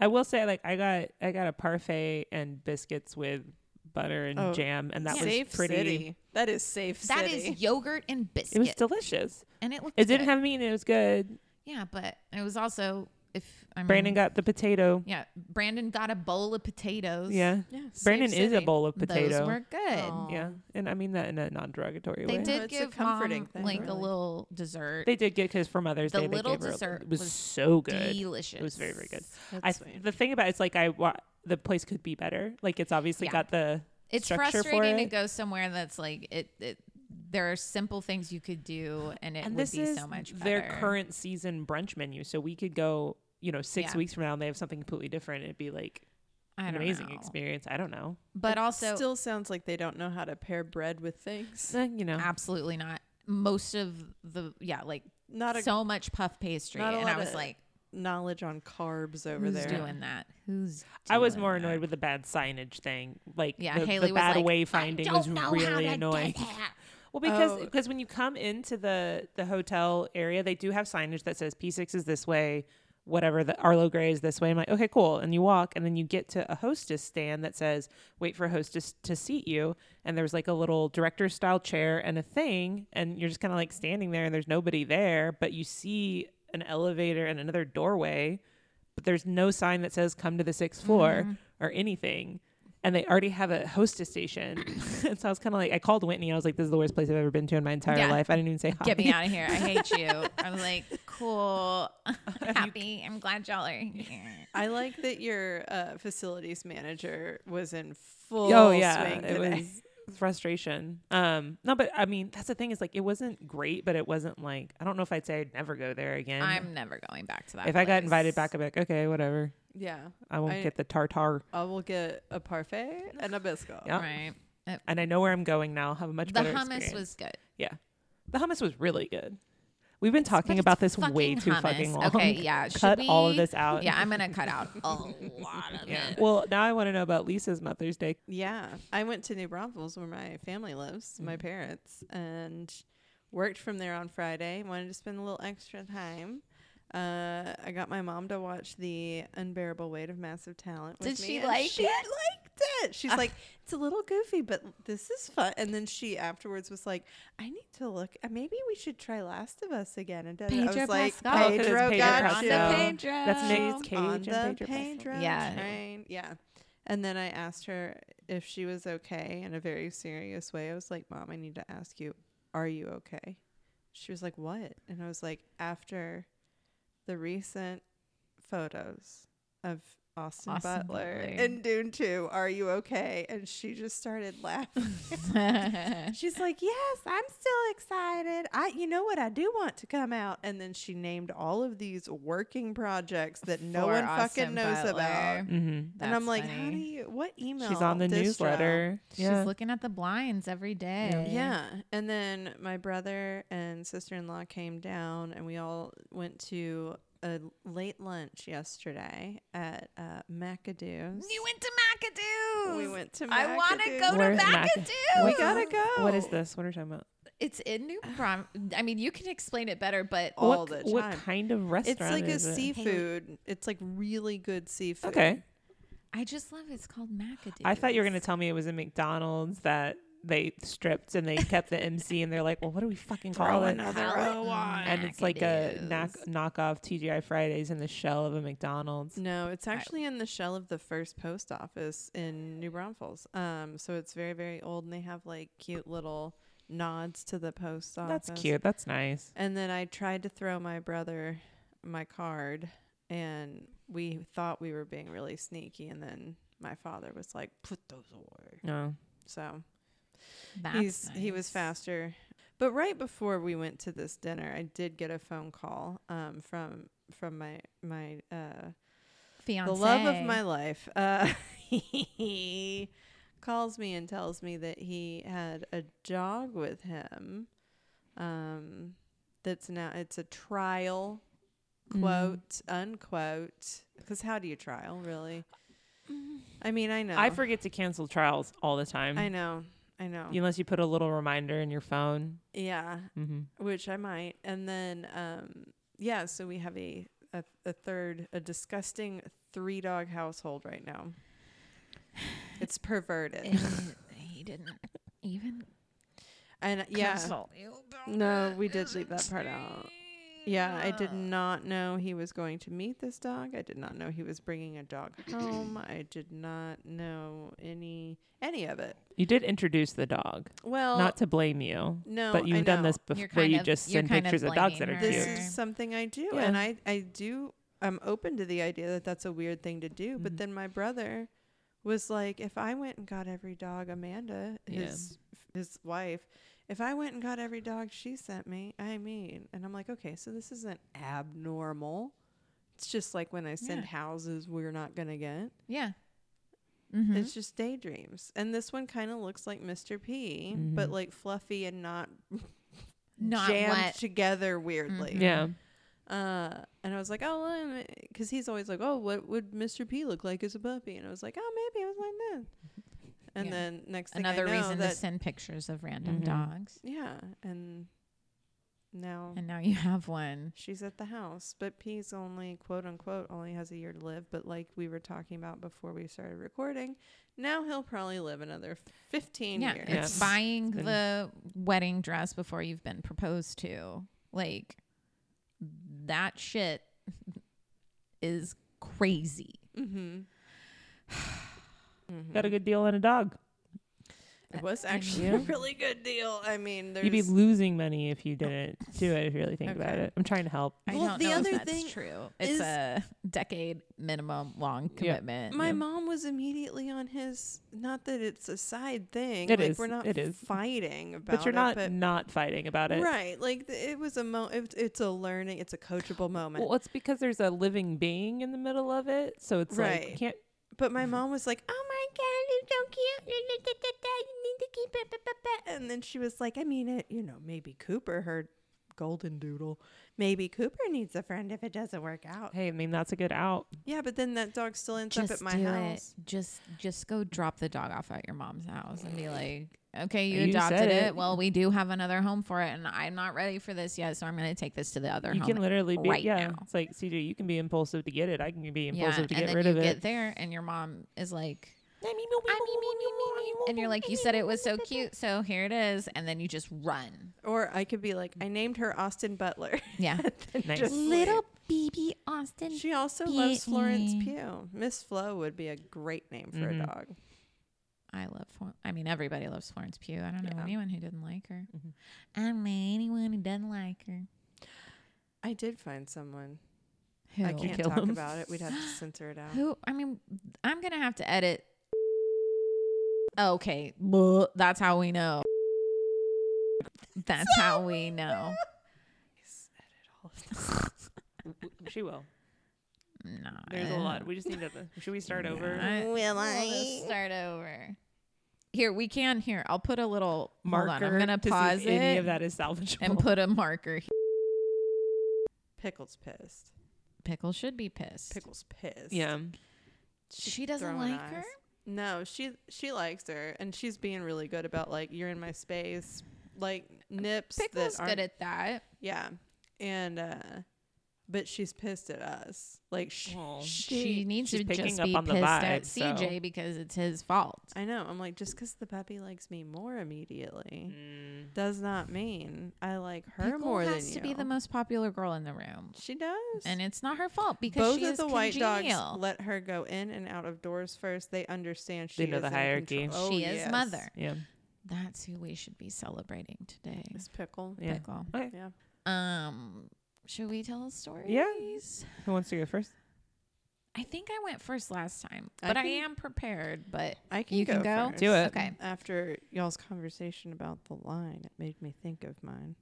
B: I will say, like, I got I got a parfait and biscuits with butter and
A: Oh,
B: jam, and that
A: safe
B: was pretty.
A: city. That is safe
C: That
A: city.
C: is yogurt and biscuit,
B: It was delicious.
C: and it looked.
B: It didn't
C: good.
B: have meat, and it was good.
C: Yeah, but it was also if I mean,
B: Brandon got the potato.
C: Yeah, Brandon got a bowl of potatoes.
B: Yeah.
A: Yeah, safe
B: Brandon is a
A: city.
B: bowl of potato.
C: Those were good.
A: Aw.
B: Yeah, and I mean that in a non-derogatory
C: They
B: way.
C: did
A: it's a
C: give
A: comforting
C: mom
A: thing,
C: like a
A: really.
C: little dessert.
B: They did get because for Mother's
C: The
B: Day,
C: little
B: they gave her,
C: dessert
B: it was,
C: was
B: so good.
C: Delicious.
B: It was very very good.
A: That's
B: I
A: sweet.
B: the thing about it's like I wa- the place could be better. Like it's obviously
C: Yeah.
B: got the
C: It's
B: structure for
C: frustrating to
B: it.
C: go somewhere that's like it, it. There are simple things you could do, and it
B: and
C: would
B: this
C: be
B: is
C: so much better.
B: their current season brunch menu. So we could go, you know, six
C: Yeah.
B: weeks from now and they have something completely different. It'd be like
C: I
B: an
C: don't
B: amazing
C: know.
B: experience. I don't know.
C: but
A: It
C: also
A: still sounds like they don't know how to pair bread with things.
B: Uh, you know,
C: absolutely not. Most of the yeah, like
A: Not a
C: so much puff pastry,
A: not a
C: and I
A: lot
C: was
A: of
C: like,
A: knowledge on carbs over
C: who's
A: there.
C: doing that? Who's?
B: I was
C: doing
B: more
C: that?
B: annoyed with the bad signage thing. Like
C: Yeah,
B: the, the
C: Haley was
B: bad
C: like,
B: way finding
C: I
B: was
C: don't know how to
B: really
C: get
B: annoying.
C: that.
B: [laughs] Well, because
A: Oh.
B: because when you come into the the hotel area, they do have signage that says P6 is this way, whatever the Arlo Gray is this way. I'm like, okay, cool. And you walk, and then you get to a hostess stand that says, wait for hostess to seat you. And there's like a little director style chair and a thing. And you're just kind of like standing there, and there's nobody there, but you see an elevator and another doorway, but there's no sign that says come to the sixth floor
C: Mm-hmm.
B: or anything. And they already have a hostess
C: [coughs]
B: station. and so I was kind of like, I called Whitney. I was like, this is the worst place I've ever been to in my entire
C: Yeah.
B: life. I didn't even say hi.
C: Get me out of here. I hate you. I'm
A: [laughs]
C: like, cool. [laughs] Happy. I'm glad y'all are here.
A: I like that your uh, facilities manager was in full
B: [laughs] [laughs] oh yeah
A: swing
B: it
A: today.
B: was frustration um no but i mean that's the thing is like it wasn't great but it wasn't like i don't know if i'd say i'd never go there again
C: I'm never going back to that.
B: if i got
C: place.
B: invited back i'd be like okay whatever
A: yeah,
B: i won't
A: I-
B: get the tartar
A: I will get a parfait and
C: [sighs]
A: a biscuit.
B: Yeah.
C: right?
B: and i know where i'm going now i'll have a much
C: The
B: better
C: hummus
B: experience.
C: was good.
B: yeah the hummus was really good we've been talking
C: But
B: about
C: it's
B: this way
C: fucking
B: too
C: hummus.
B: fucking long
C: Okay, yeah. should
B: cut all of
C: we-
B: this out
C: Yeah, I'm gonna cut out a lot of
B: yeah.
C: it.
B: well now i want to know about lisa's mother's day
A: Yeah. I went to New Braunfels where my family lives, my
C: Mm-hmm.
A: parents, and worked from there on Friday. Wanted to spend a little extra time. Uh, I got my mom to watch the unbearable weight of massive talent. with
C: Did
A: me,
C: she
A: and
C: like
A: she
C: it?
A: Liked it. She's
C: [laughs]
A: like, it's a little goofy, but this is fun. And then she afterwards was like, I need to look. uh, Maybe we should try Last of Us again. And da- da- da. I
C: Pedro
A: was like,
C: Pascal. Oh,
B: 'cause it's
A: Pedro,
B: Pedro
A: got
B: Pascal.
A: you
B: On the
C: Pedro.
B: that's nick's cage
A: Oh, on
B: and
A: the
B: Pedro Pascal.
A: Pedro
C: Yeah.
A: train. Yeah. And then I asked her if she was okay in a very serious way. I was like, Mom, I need to ask you, are you okay? She was like, What? And I was like, After the recent photos of Austin,
C: Austin
A: Butler,
C: Butler.
A: and Dune 2, are you okay? And she just started laughing. She's like, "Yes, I'm still excited. I you know what? I do want to come out." And then she named all of these working projects that no
C: For
A: one
C: Austin
A: fucking knows
C: Butler.
A: about.
B: mm-hmm.
C: That's
A: and I'm like, "How
C: funny.
A: do you what email?"
B: she's on the
A: distro?
B: newsletter yeah
C: She's looking at the blinds every day.
A: Yeah. And then my brother and sister-in-law came down and we all went to a late lunch yesterday at uh, McAdoo's.
C: You went to McAdoo's.
A: we went to McAdoo's.
C: I want to go
B: Where's
C: to
B: Mac-
C: McAdoo's.
A: We gotta go.
B: what is this what are you talking about
C: It's in New Brom. I mean, you can explain it better, but
A: All
B: what,
A: the
B: what
A: time.
B: kind of
A: It's
B: restaurant
A: like a
B: is it?
A: seafood. It's like really good seafood.
B: okay
C: I just love it's called McAdoo's.
B: I thought you were going to tell me it was a McDonald's that they stripped and they kept the MC and they're like, well, what do we fucking call it?
A: another
C: Call it
A: row on.
B: And it's like a
C: McAdoo's.
B: knock knockoff TGI Fridays in the shell of a McDonald's.
A: No, it's actually in the shell of the first post office in New Braunfels. Um, so it's very, very old, and they have like cute little nods to the post office.
B: That's cute. That's nice.
A: And then I tried to throw my brother my card, and we thought we were being really sneaky, and then my father was like, "Put those away."
B: No.
A: So
C: That's
A: he's he was
C: nice.
A: faster. But right before we went to this dinner, I did get a phone call um, from from my my. Uh,
C: Fiance.
A: the love of my life uh, [laughs] he calls me and tells me that he had a dog with him um, that's now it's a trial
B: Mm-hmm.
A: quote unquote. 'Cause how do you trial really i mean i know
B: Mm-hmm. I forget to cancel trials all the time.
A: i know i know
B: Unless you put a little reminder in your phone.
A: yeah
B: Mm-hmm.
A: which I might. And then, um, yeah, so we have a, a, a third, a disgusting three dog household right now. It's perverted.
C: And [laughs] he didn't even
A: and yeah,
C: consult you about
A: no,
C: it.
A: we did
C: It's
A: leave that part out.
C: insane.
A: Yeah, I did not know he was going to meet this dog. I did not know he was bringing a dog home. I did not know any any of it.
B: You did introduce the dog.
A: Well,
B: Not to blame you.
A: no,
B: but you've
A: I
B: done
A: know.
B: this
C: You're
B: before.
C: kind
B: You
C: of-
B: just
C: you're
B: send
C: kind of
B: pictures of dogs
C: blaming
B: that are
C: her.
B: cute.
A: this is something I do,
B: Yeah.
A: and I I do. I'm open to the idea that that's a weird thing to do.
C: Mm-hmm.
A: But then my brother was like, if I went and got every dog, Amanda,
B: Yeah.
A: his his wife, if I went and got every dog she sent me, I mean, and I'm like, okay, so this isn't abnormal. It's just like when I send
C: Yeah.
A: houses we're not gonna get.
C: Yeah. Mm-hmm.
A: It's just daydreams, and this one kind of looks like Mr. P, but like fluffy and not,
C: Mm-hmm. Not Mm-hmm.
A: jammed
C: what.
A: together weirdly.
B: Yeah.
A: Uh, and I was like, oh, because he's always like, oh, what would Mr. P look like as a puppy? And I was like, oh, maybe it was like that. And
C: Yeah.
A: then next thing
C: Another
A: I know, Mm-hmm.
C: reason
A: that
C: to send pictures of random
B: Mhm.
C: dogs.
A: yeah, and now
C: and now you have one.
A: she's at the house. But P's only, quote unquote, only has a year to live. But like we were talking about before we started recording, now he'll probably live another 15
C: Yeah,
A: years.
C: it's
B: Yeah.
C: buying
B: Then-
C: the wedding dress before you've been proposed to. Like that shit [laughs] is crazy.
A: Mm-hmm.
B: Got a good deal on a dog.
A: It was actually a [laughs] really good deal. I mean, there's
B: You'd be losing money if you didn't do it. If you really think about
A: Okay.
B: it, I'm trying to help.
C: I
A: Well,
C: don't
A: the
C: know
A: other
C: if that's
A: thing
C: true. It's
A: is-
C: a decade minimum long commitment.
A: My
C: Yeah.
A: mom was immediately on his. Not that it's a side thing.
B: It
A: like
B: is,
A: We're not
B: it is.
A: fighting about
B: But you're
A: it,
B: not
A: but-
B: not fighting about it.
A: right. Like th- it was a mo. It, it's a learning. It's a coachable moment.
B: Well, it's because there's a living being in the middle of it, so it's
A: Right.
B: like can't.
A: but my mom was like, "Oh my god, it's so cute! You need to keep it." And then she was like, "I mean, it. You know, maybe Cooper, her golden doodle, maybe Cooper needs a friend if it doesn't work out."
B: Hey, I mean that's a good out.
A: Yeah, but then that dog still ends up at my
C: do
A: house.
C: It. Just just go drop the dog off at your mom's house and be like, Okay, you,
B: You
C: adopted
B: said
C: it.
B: it.
C: Well, we do have another home for it and I'm not ready for this yet, so I'm gonna take this to the other
B: You
C: home.
B: can literally be
C: right
B: yeah.
C: now.
B: It's like CJ, you can be impulsive to get it. I can be
C: yeah,
B: impulsive to
C: and
B: get
C: then
B: rid
C: you
B: of
C: get
B: it.
C: there and your mom is like and you're like, You said it was so cute, so here it is and then you just run.
A: Or I could be like,
B: Mm.
A: I named her Austin Butler.
C: Yeah.
A: And
B: [laughs] Nice.
A: just leave.
C: baby Austin.
A: She also loves Florence
B: E.
C: Pitney.
A: Pugh. Miss Flo would be a great name for a
B: Mhm.
A: dog.
C: I love Florence. I mean, everybody loves Florence Pugh. I don't know
A: Yeah.
C: anyone who doesn't like her.
B: Mm-hmm.
C: I don't know anyone who doesn't like her.
A: I did find someone.
C: Who?
A: I can't
B: Kill
A: talk
B: him.
A: about it. We'd
B: [gasps]
A: have to censor it out.
C: Who? I mean, I'm gonna have to edit. Okay, Blah. that's how we know. That's how we know.
B: She will.
C: No,
B: There's a lot. We just need to. [laughs] Should we start over?
C: I-
A: Will
C: we'll
A: I?
C: just start over. Here we can. Here, I'll put a little
B: Marker.
C: Hold on, I'm gonna
B: to see if
C: pause it
B: Any of that is salvageable.
C: and put a marker. here.
A: Pickle's pissed.
C: Pickle should be pissed.
A: Pickle's pissed.
B: [laughs] yeah.
A: She's
C: She doesn't
A: throwing
C: like her?
A: eyes. No, she she likes her, and she's being really good about like you're in my space, like nips.
C: Pickle's
A: that aren't-
C: good at that.
A: yeah, and uh but she's pissed at us. Like sh-
B: Well,
A: she,
C: She, needs
B: she's
C: to
B: picking
C: just
B: up
C: be
B: on the
C: pissed at
B: vibe,
C: CJ
B: so-
C: because it's his fault.
A: I know. I'm like just because the puppy likes me more immediately
B: Mm.
A: does not mean I like her
C: Pickle
A: more
C: has
A: than
C: to
A: you.
C: be the most popular girl in the room.
A: she does.
C: and it's not her fault because
A: both
C: she
A: of
C: is
A: the white
C: congenial.
A: dogs let her go in and out of doors first. They understand she
B: know
A: is
B: the
A: in
B: hierarchy.
A: control. Oh,
C: she is
A: yes.
C: mother.
B: Yeah.
C: That's who we should be celebrating today.
A: It's pickle.
B: Yeah.
C: Pickle.
B: Okay.
A: Yeah.
C: Um, should we tell stories?
B: Who wants to go first?
C: I think I went first last time,
A: I
C: but I,
A: can-
C: am prepared. But
A: I can
C: You
A: go
C: can go?
A: first.
B: Do it.
C: okay,
A: After y'all's conversation about the line, it made me think of mine.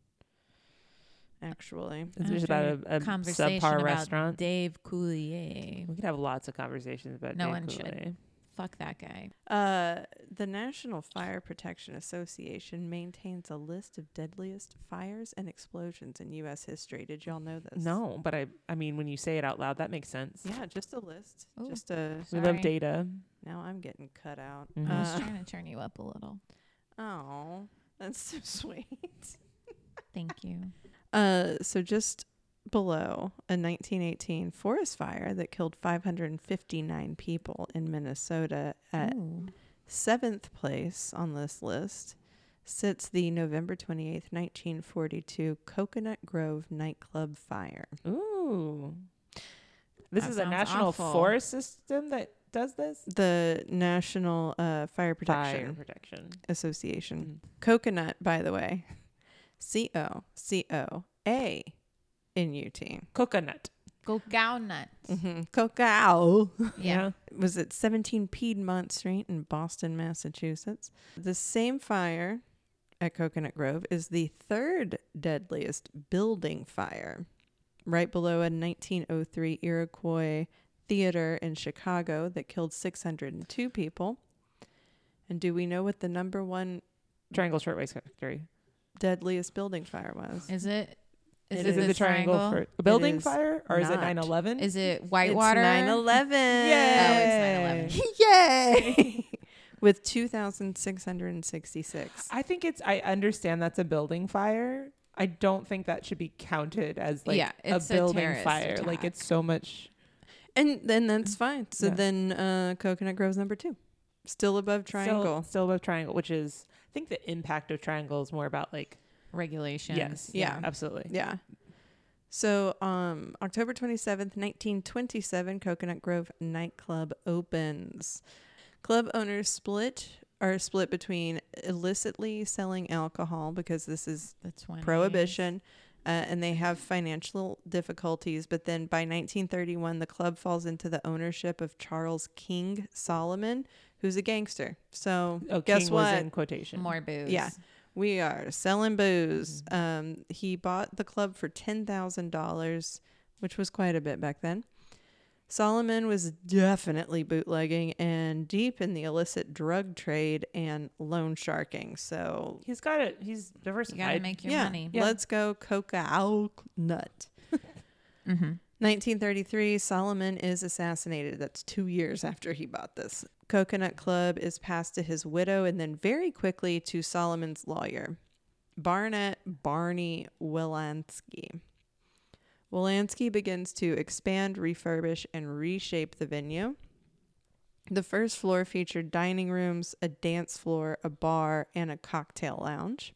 A: Actually,
B: It's just about
C: After
B: a, a
C: conversation
B: subpar
C: about
B: restaurant.
C: Dave Coulier.
B: we could have lots of conversations about
C: No
B: Dave
C: one should.
B: Coulier.
C: Fuck that guy.
A: uh, the National Fire Protection Association maintains a list of deadliest fires and explosions in U.S. history. Did y'all know this?
B: No, but I I mean when you say it out loud, that makes sense.
A: Yeah, just a list.
C: Ooh.
A: Just a.
B: We love
C: Sorry.
B: data.
A: Now I'm getting cut out.
B: Mhm.
C: I was
A: Uh,
C: trying to turn you up a little.
A: Oh, that's so [laughs] sweet.
C: Thank you.
A: Uh, so just below a 1918 forest fire that killed 559 people in Minnesota at
C: Ooh.
A: seventh place on this list sits the November 28th, 1942 Coconut Grove nightclub fire.
B: Ooh. This
C: That
B: is a
C: sounds
B: national
C: awful.
B: forest system that does this?
A: The National uh, Fire
B: Fire
A: Protection
B: protection.
A: Association.
B: Mhm.
A: Coconut, by the way, C O C O A in UT.
B: Coconut.
C: Go cow nuts.
A: Mm-hmm. Cocoa.
C: Yeah.
A: was at 17 Piedmont Street in Boston, Massachusetts. The same fire at Coconut Grove is the third deadliest building fire, right below a 1903 Iroquois theater in Chicago that killed 602 people. And do we know what the number one
B: Triangle Shirtwaist Factory.
A: deadliest building fire was?
C: Is it? Is
A: It
C: it, the triangle?
B: for building
A: is
B: fire or is it
A: not.
B: 9/11?
C: Is it
A: It's
C: Whitewater?
A: 9/11.
C: Oh,
A: [laughs]
C: it's
A: Yay! [laughs] With 2,666.
B: I think it's I understand that's a building fire. I don't think that should be counted as like
C: Yeah,
B: a
C: it's a
B: building
C: terrorist
B: fire. Like
C: attack.
B: it's so much.
A: And then that's fine. So
B: Yeah.
A: then uh, Coconut Grove's number two. Still above triangle. [laughs]
B: Still, still above triangle, which is I think the impact of triangle is more about like
C: Regulations.
B: yes,
A: Yeah.
B: absolutely.
A: Yeah. So, um, October 27th, 1927, Coconut Grove nightclub opens. Club owners split are split between illicitly selling alcohol because this is
C: That's one.
A: prohibition uh, and they have financial difficulties but then by 1931 the club falls into the ownership of charles king solomon who's a gangster so
B: Oh,
A: guess
B: King
A: what
B: was in quotation.
C: More booze.
A: Yeah. we are selling booze
B: Mm-hmm.
A: um, he bought the club for $10000 which was quite a bit back then solomon was definitely bootlegging and deep in the illicit drug trade and loan sharking so
B: He's got it. He's
C: You got to
B: diversified.
C: make your
A: yeah,
C: money.
B: Yeah.
A: let's go coca nut
C: [laughs] Mm-hmm.
A: 1933, Solomon is assassinated. That's two years after he bought this. Coconut Club is passed to his widow and then very quickly to Solomon's lawyer, Barnett Barney Wilansky. Wilansky begins to expand, refurbish, and reshape the venue. The first floor featured dining rooms, a dance floor, a bar, and a cocktail lounge.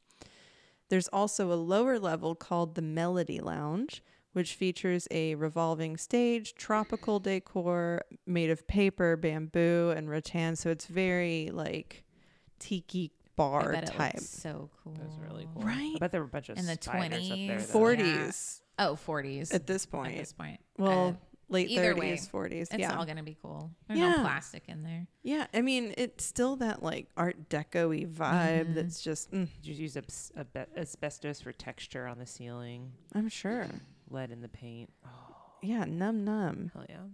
A: There's also a lower level called the Melody Lounge, which features a revolving stage, tropical decor made of paper, bamboo, and rattan. So it's very like tiki bar
C: I bet it
A: type.
C: looks so cool.
B: That's really cool.
A: Right?
B: I bet there were a bunch of
C: In the
B: spiders up there.
C: 20s.
B: though.
A: 40s
C: Oh, 40s.
A: at this
C: At
A: point.
C: this point.
A: well,
C: Uh,
A: late
C: either
A: 30s,
C: way,
A: 40s.
C: it's
A: yeah.
C: all going to be cool. There's
A: Yeah.
C: no plastic in there.
A: yeah. I mean, it's still that like art deco y vibe
C: Mhm.
A: that's just, mm,
B: Did you use abs- abe- asbestos for texture on the ceiling?
A: I'm sure.
B: Lead in the paint. Oh
A: Yeah. Num num.
B: hell yeah.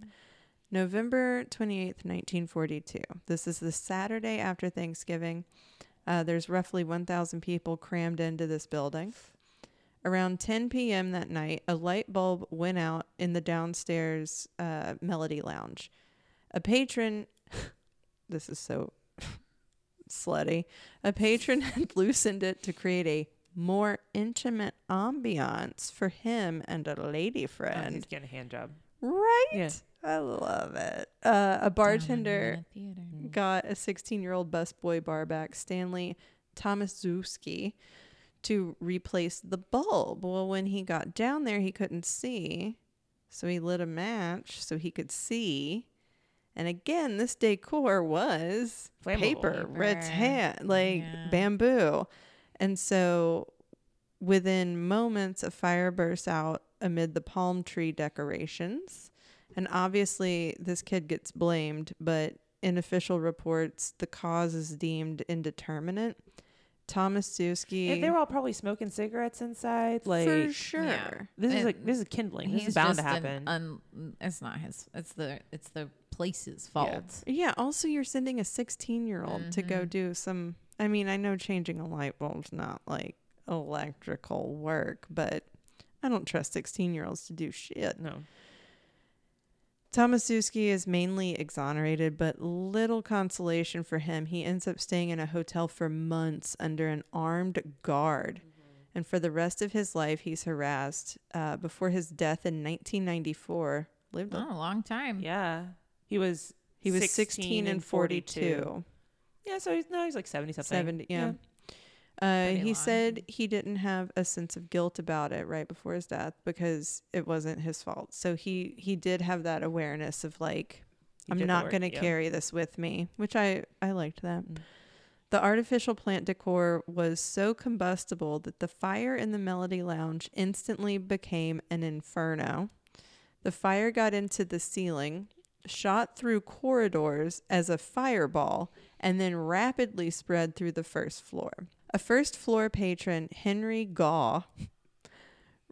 A: November 28th, 1942. This is the Saturday after Thanksgiving. Uh, there's roughly 1,000 people crammed into this building. Around 10 p.m. that night, a light bulb went out in the downstairs uh, Melody Lounge. A patron, [laughs] this is so [laughs] slutty, a patron [laughs] had loosened it to create a more intimate ambiance for him and a lady
B: Oh,
A: friend.
B: he's getting a hand job.
A: Right?
B: Yeah.
A: I love it. Uh, a
C: Down in
A: bartender
C: the theater.
A: got a 16 year old busboy barback, Stanley Tomaszewski, to replace the bulb. Well, when he got down there, he couldn't see. So he lit a match so he could see. And again, this decor was
B: Flammable.
A: paper,
C: Paper.
A: rattan, like
C: Yeah.
A: bamboo. And so within moments, a fire bursts out amid the palm tree decorations. And obviously, this kid gets blamed, but in official reports, the cause is deemed indeterminate. Thomas
B: And they were
A: Zuski,
B: all probably smoking cigarettes inside. Like
A: for sure.
C: Yeah.
B: this is
C: And
B: like this is kindling. This
C: He's
B: is bound to
C: just an
B: happen.
C: Un- it's not his. It's the it's the place's fault.
A: Yeah. Also, you're sending a 16 year old to go do some. I mean, I know changing a light bulb's not like electrical work, but I don't trust 16 year olds to do shit.
B: no.
A: Tomaszewski is mainly exonerated, but little consolation for him. He ends up staying in a hotel for months under an armed guard.
C: Mm-hmm.
A: And for the rest of his life, he's harassed. Uh, before his death in 1994, lived a-
C: Oh, a long time.
B: Yeah. He was
A: he was 16, and 42.
B: Yeah, so he's no, he's like seventy something.
A: 70 yeah, Uh,
C: Pretty
A: he
C: long.
A: said he didn't have a sense of guilt about it right before his death because it wasn't his fault so he he did have that awareness of like
B: He
A: i'm
B: did the
A: not
B: work,
A: going to
B: yeah.
A: carry this with me which i i liked that
B: Mm.
A: the artificial plant decor was so combustible that the fire in the melody lounge instantly became an inferno the fire got into the ceiling shot through corridors as a fireball and then rapidly spread through the first floor. A first floor patron, Henry Gaw,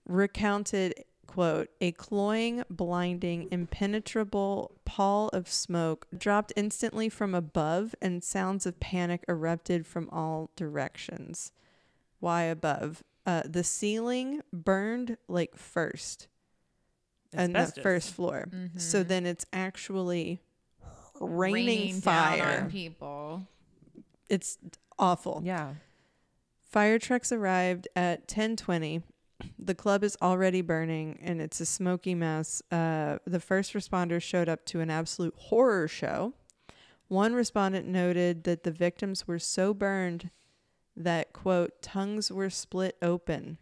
A: recounted quote a cloying blinding impenetrable pall of smoke dropped instantly from above and sounds of panic erupted from all directions why above uh, the ceiling burned like first and the
B: Asbestos.
A: first floor so
C: Mhm.
A: then it's actually raining,
C: down on
A: fire
C: people.
A: it's awful
B: Yeah.
A: Fire trucks arrived at 10:20. The club is already burning and it's a smoky mess. Uh, the first responders showed up to an absolute horror show. One respondent noted that the victims were so burned that quote tongues were split open.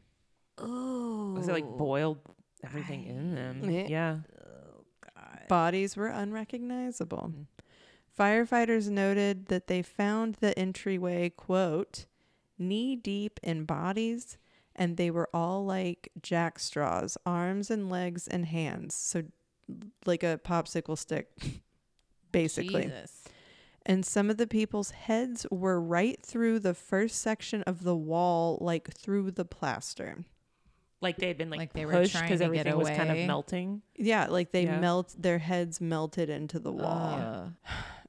C: Oh.
B: Was it like boiled everything in them?
A: Yeah.
B: Yeah.
A: Bodies were unrecognizable. Firefighters noted that they found the entryway, quote, knee deep in bodies, and they were all like jackstraws, arms and legs and hands. So, like a popsicle stick, [laughs] basically.
C: Jesus.
A: And some of the people's heads were right through the first section of the wall, like through the plaster.
B: Like they'd been like,
C: Like
B: they
C: they were
B: pushed
C: trying
B: because
C: to get
B: everything was kind of
C: away.
B: melting.
A: Yeah, like they
B: Yeah.
A: melt, their heads melted into the wall.
C: Uh,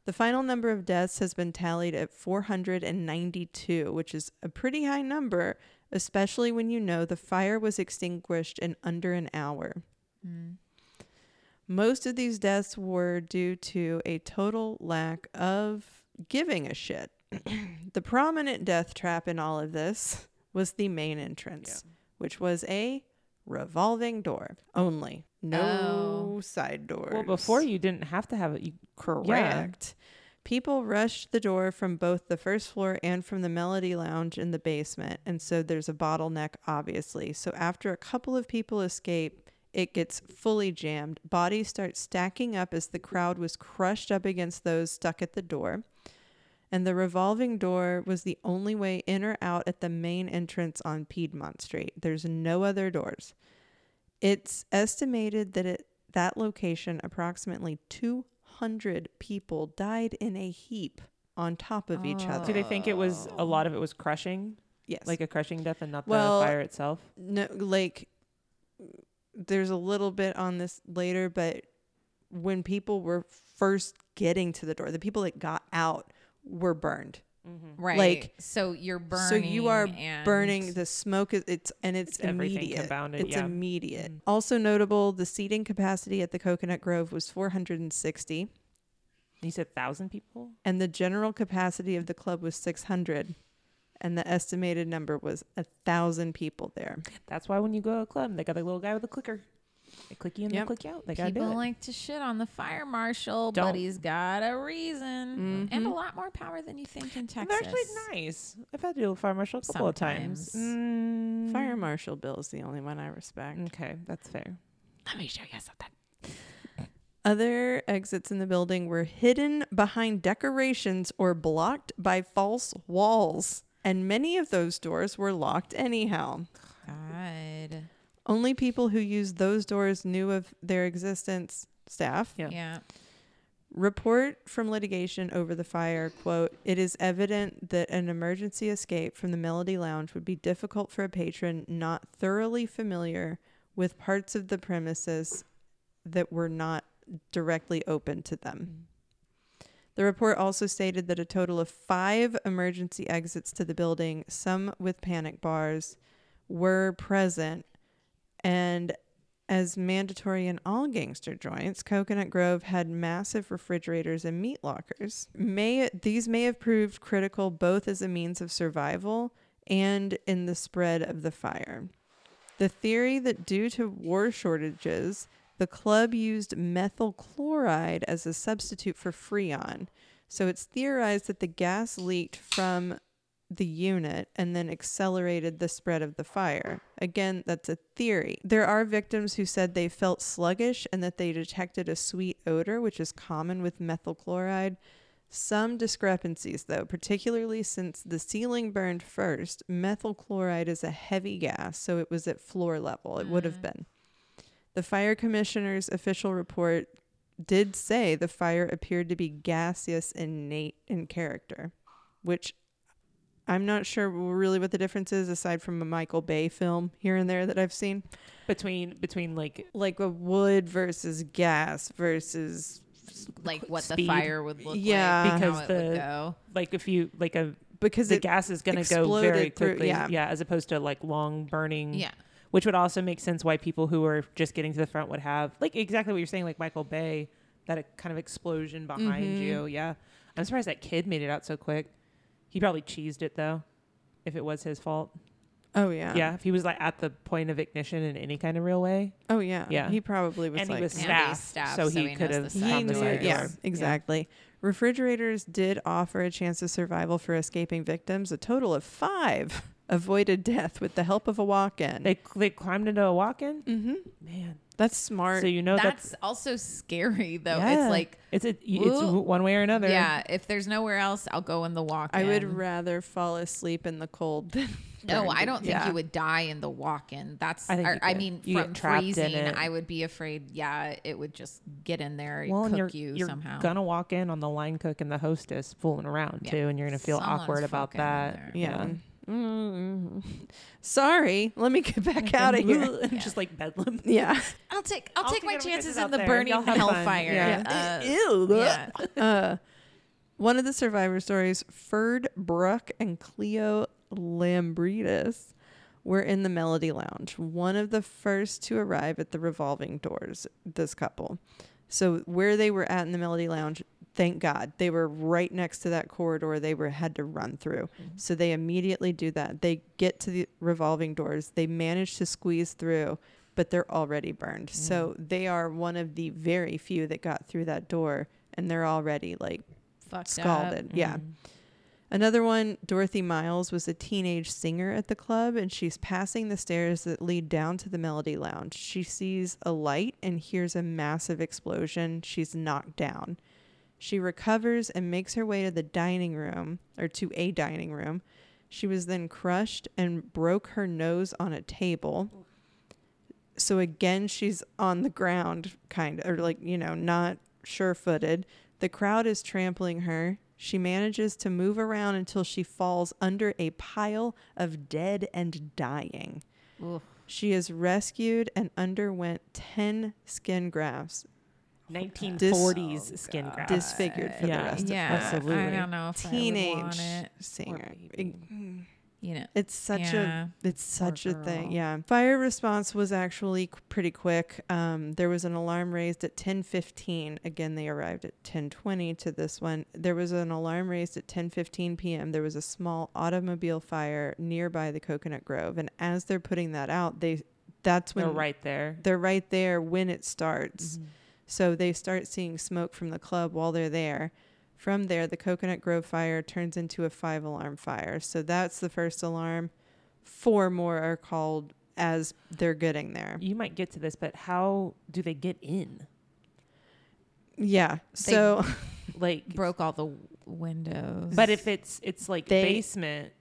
A: The final number of deaths has been tallied at 492, which is a pretty high number, especially when you know the fire was extinguished in under an hour.
C: mm.
A: Most of these deaths were due to a total lack of giving a shit. [clears throat] the prominent death trap in all of this was the main entrance, which was a revolving door only. No side doors.
B: Oh. Well, before you didn't have to have it. You,
A: Correct. People rushed the door from both the first floor and from the Melody Lounge in the basement, and so there's a bottleneck, obviously. So after a couple of people escape, it gets fully jammed. Bodies start stacking up as the crowd was crushed up against those stuck at the door. And the revolving door was the only way in or out at the main entrance on Piedmont Street. There's no other doors. It's estimated that at that location, approximately 200 people died in a heap on top of each
C: Oh.
A: other.
B: Do they think it was a lot of it was crushing,
A: Yes.
B: like a crushing death, and not
A: Well,
B: the fire itself?
A: no, like there's a little bit on this later, but when people were first getting to the door, the people that got out were burned.
B: Mm-hmm.
C: Right.
A: Like-
C: so you're burning.
A: so you are
C: and-
A: burning the smoke is it's and it's,
B: everything
A: immediate
B: compounded,
A: it's
B: yeah.
A: immediate also notable the seating capacity at the coconut grove was 460
B: You said thousand people.
A: and the general capacity of the club was 600 and the estimated number was a thousand people there
B: That's why when you go to a club, they got a little guy with a clicker. They click you in,
A: Yep.
B: they click you out. They gotta
C: People
B: do it.
C: like to shit on the fire marshal,
B: Don't. Mm-hmm.
C: but he's got a reason and a lot more power than you think in
B: And
C: Texas.
B: they're actually nice. I've had to deal with fire marshal a couple of times. Mm,
A: fire marshal bill is the only one i respect
B: Okay, that's fair.
C: Let me show you something.
A: other exits in the building were hidden behind decorations or blocked by false walls and many of those doors were locked anyhow
C: God.
A: Only people who used those doors knew of their existence. Staff
B: Yeah.
C: Yeah.
A: report from litigation over the fire. Quote: It is evident that an emergency escape from the Melody Lounge would be difficult for a patron not thoroughly familiar with parts of the premises that were not directly open to them. The report also stated that a total of five emergency exits to the building, some with panic bars, were present. And as mandatory in all gangster joints, Coconut Grove had massive refrigerators and meat lockers. May these may have proved critical both as a means of survival and in the spread of the fire. The theory that due to war shortages, the club used methyl chloride as a substitute for freon. So it's theorized that the gas leaked from the unit and then accelerated the spread of the fire. Again, that's a theory. There are victims who said they felt sluggish and that they detected a sweet odor, which is common with methyl chloride. Some discrepancies, though, particularly since the ceiling burned first, methyl chloride is a heavy gas, so it was at floor level. It would have been. The fire commissioner's official report did say the fire appeared to be gaseous in nat- in character, which I'm not sure really what the difference is aside from a Michael Bay film here and there that I've seen.
B: Between between like
A: Like a wood versus gas versus
C: Like what
B: Speed.
C: the fire would look
A: Yeah.
C: like.
B: Because
C: Because the.
B: the- like if you like a
A: because
B: the
A: it
B: gas is gonna go very
A: exploded through-
B: quickly.
A: yeah.
B: as opposed to like long burning.
C: Yeah.
B: Which would also make sense why people who are just getting to the front would have like exactly what you're saying, like Michael Bay, that e- kind of explosion
A: Mm-hmm.
B: behind you. Yeah. I'm surprised that kid made it out so quick. He probably cheesed it though. if it was his fault?
A: Oh yeah.
B: yeah, if he was like at the point of ignition in any kind of real way,
A: Oh yeah.
B: Yeah.
A: He probably was
B: and
A: like
B: he was
C: And he's
B: staff,
C: staff,
B: so,
C: so
B: he
C: he
B: could
C: knows
B: have
C: the
B: stopped
A: he
C: side
A: knew,
B: the
C: door.
B: side
A: yeah,
B: door.
A: exactly. Refrigerators did offer a chance of survival for escaping victims. A total of five [laughs] avoided death with the help of a walk-in.
B: They they climbed into a walk-in.
A: mm-hmm.
B: Man,
A: That's smart.
B: so you know
C: that's,
B: that's,
C: also scary though.
B: Yeah.
C: It's like
B: it's a, it's
C: Ooh.
B: one way or another.
C: yeah, if there's nowhere else, I'll go in the walk.
A: I would rather fall asleep in the cold than.
C: No,
A: burn
C: I
A: to-
C: don't think
A: Yeah.
C: you would die in the walk-in. That's
B: I
C: I,
B: think
C: or,
B: you
C: I
B: could.
C: mean
B: You
C: from
B: get trapped in
C: freezing.
B: it.
C: I would be afraid. Yeah, it would just get in there,
B: Well, and
C: cook
B: you're,
C: you
B: you're
C: somehow.
B: gonna walk in on the line cook and the hostess fooling around
C: Yeah.
B: too, and you're gonna feel
C: Someone's
B: awkward about
C: fucking in
B: that.
C: there.
A: Yeah. Mm. [laughs] Sorry, let me get back out of
B: And
A: here.
B: [laughs] and just like bedlam.
A: Yeah.
C: I'll take I'll,
B: I'll
C: take
B: take
C: my
B: whatever
C: chances
B: gets us
C: in
B: out
C: the
B: there.
C: burning
B: Y'all have fun.
C: hellfire.
B: Yeah.
C: Uh,
A: Ew.
C: yeah.
A: Uh, one of the survivor stories, Ferd Brooke and Cleo Lambridis were in the Melody Lounge, one of the first to arrive at the revolving doors, this couple. So where they were at in the Melody Lounge, thank God, they were right next to that corridor they were had to run through. So they immediately do that. They get to the revolving doors. They manage to squeeze through, but they're already burned. So they are one of the very few that got through that door and they're already like
C: Fucked
A: scalded. [laughs]
C: Up.
A: Yeah.
B: Mm-hmm.
A: Another one, Dorothy Miles was a teenage singer at the club and she's passing the stairs that lead down to the Melody Lounge. She sees a light and hears a massive explosion. She's knocked down. She recovers and makes her way to the dining room or to a dining room. She was then crushed and broke her nose on a table. So again, she's on the ground, kind of, or like, you know, not sure footed. The crowd is trampling her. She manages to move around until she falls under a pile of dead and dying.
C: Oof.
A: She is rescued and underwent 10 skin grafts,
B: 1940s
A: oh,
B: skin graft.
A: disfigured for
B: Yeah.
A: the rest
C: yeah.
A: of her life.
B: Absolutely.
C: I don't know if I would
A: Teenage
C: want it.
A: singer.
B: baby.
C: You know.
A: It's such
C: Yeah.
A: a it's such a
C: girl.
A: thing. Yeah. Fire response was actually qu- pretty quick. Um, there was an alarm raised at 10:15. Again, they arrived at 10:20 to this one. There was an alarm raised at 10:15 p.m. There was a small automobile fire nearby the Coconut Grove, and as they're putting that out, they that's when
B: They're right there.
A: they're right there when it starts. So they start seeing smoke from the club while they're there. From there, the Coconut Grove fire turns into a five alarm fire. So that's the first alarm. Four more are called as they're getting there.
B: You might get to this, but how do they get in?
A: Yeah. So
B: Like,
C: Broke all the windows.
B: but if it's it's like
A: They-
B: basement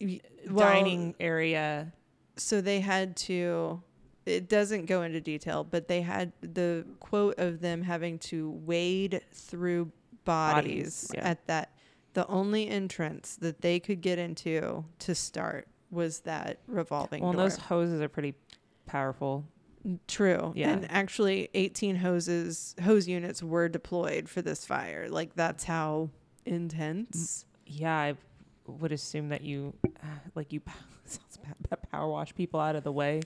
A: well,
B: dining area,
A: so they had to it doesn't go into detail but they had the quote of them having to wade through bodies,
B: Bodies, yeah.
A: at that the only entrance that they could get into to start was that revolving
B: well, and
A: door
B: those hoses are pretty powerful.
A: true
B: Yeah.
A: and actually 18 hoses hose units were deployed for this fire like that's how intense
B: Yeah, I would assume that you [sighs] uh, like you [laughs] sounds bad, but power wash people out of the way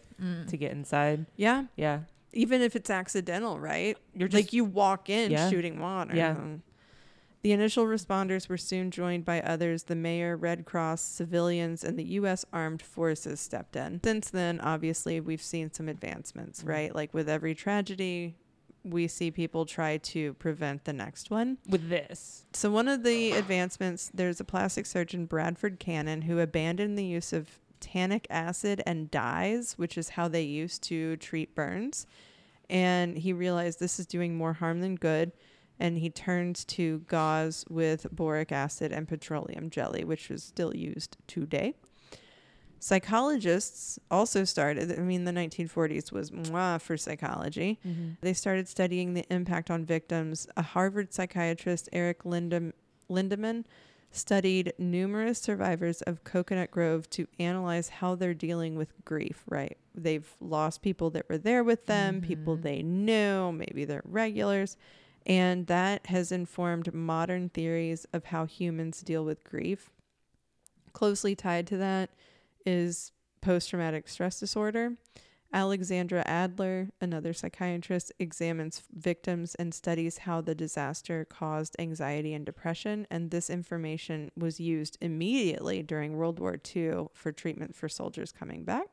B: to get inside.
A: yeah
B: Yeah,
A: even if it's accidental, right?
B: You're
A: like
B: just-
A: you walk in
B: Yeah.
A: shooting water.
B: Yeah.
A: Um, The initial responders were soon joined by others. The mayor, Red Cross, civilians, and the U.S. Armed Forces stepped in. Since then, obviously, we've seen some advancements,
B: Mm-hmm.
A: right? Like with every tragedy, we see people try to prevent the next one.
B: with this,
A: So one of the advancements, there's a plastic surgeon Bradford Cannon who abandoned the use of tannic acid and dyes, which is how they used to treat burns, and he realized this is doing more harm than good, and he turned to gauze with boric acid and petroleum jelly, which is still used today. Psychologists also started, I mean, the 1940s was mwah for psychology. They started studying the impact on victims. A Harvard psychiatrist, Eric Lindem- Lindemann, studied numerous survivors of Coconut Grove to analyze how they're dealing with grief, right? They've lost people that were there with them, people they knew, maybe they're regulars. And that has informed modern theories of how humans deal with grief. Closely tied to that is post traumatic stress disorder Alexandra Adler, another psychiatrist, examines victims and studies how the disaster caused anxiety and depression, and this information was used immediately during World War II for treatment for soldiers coming back.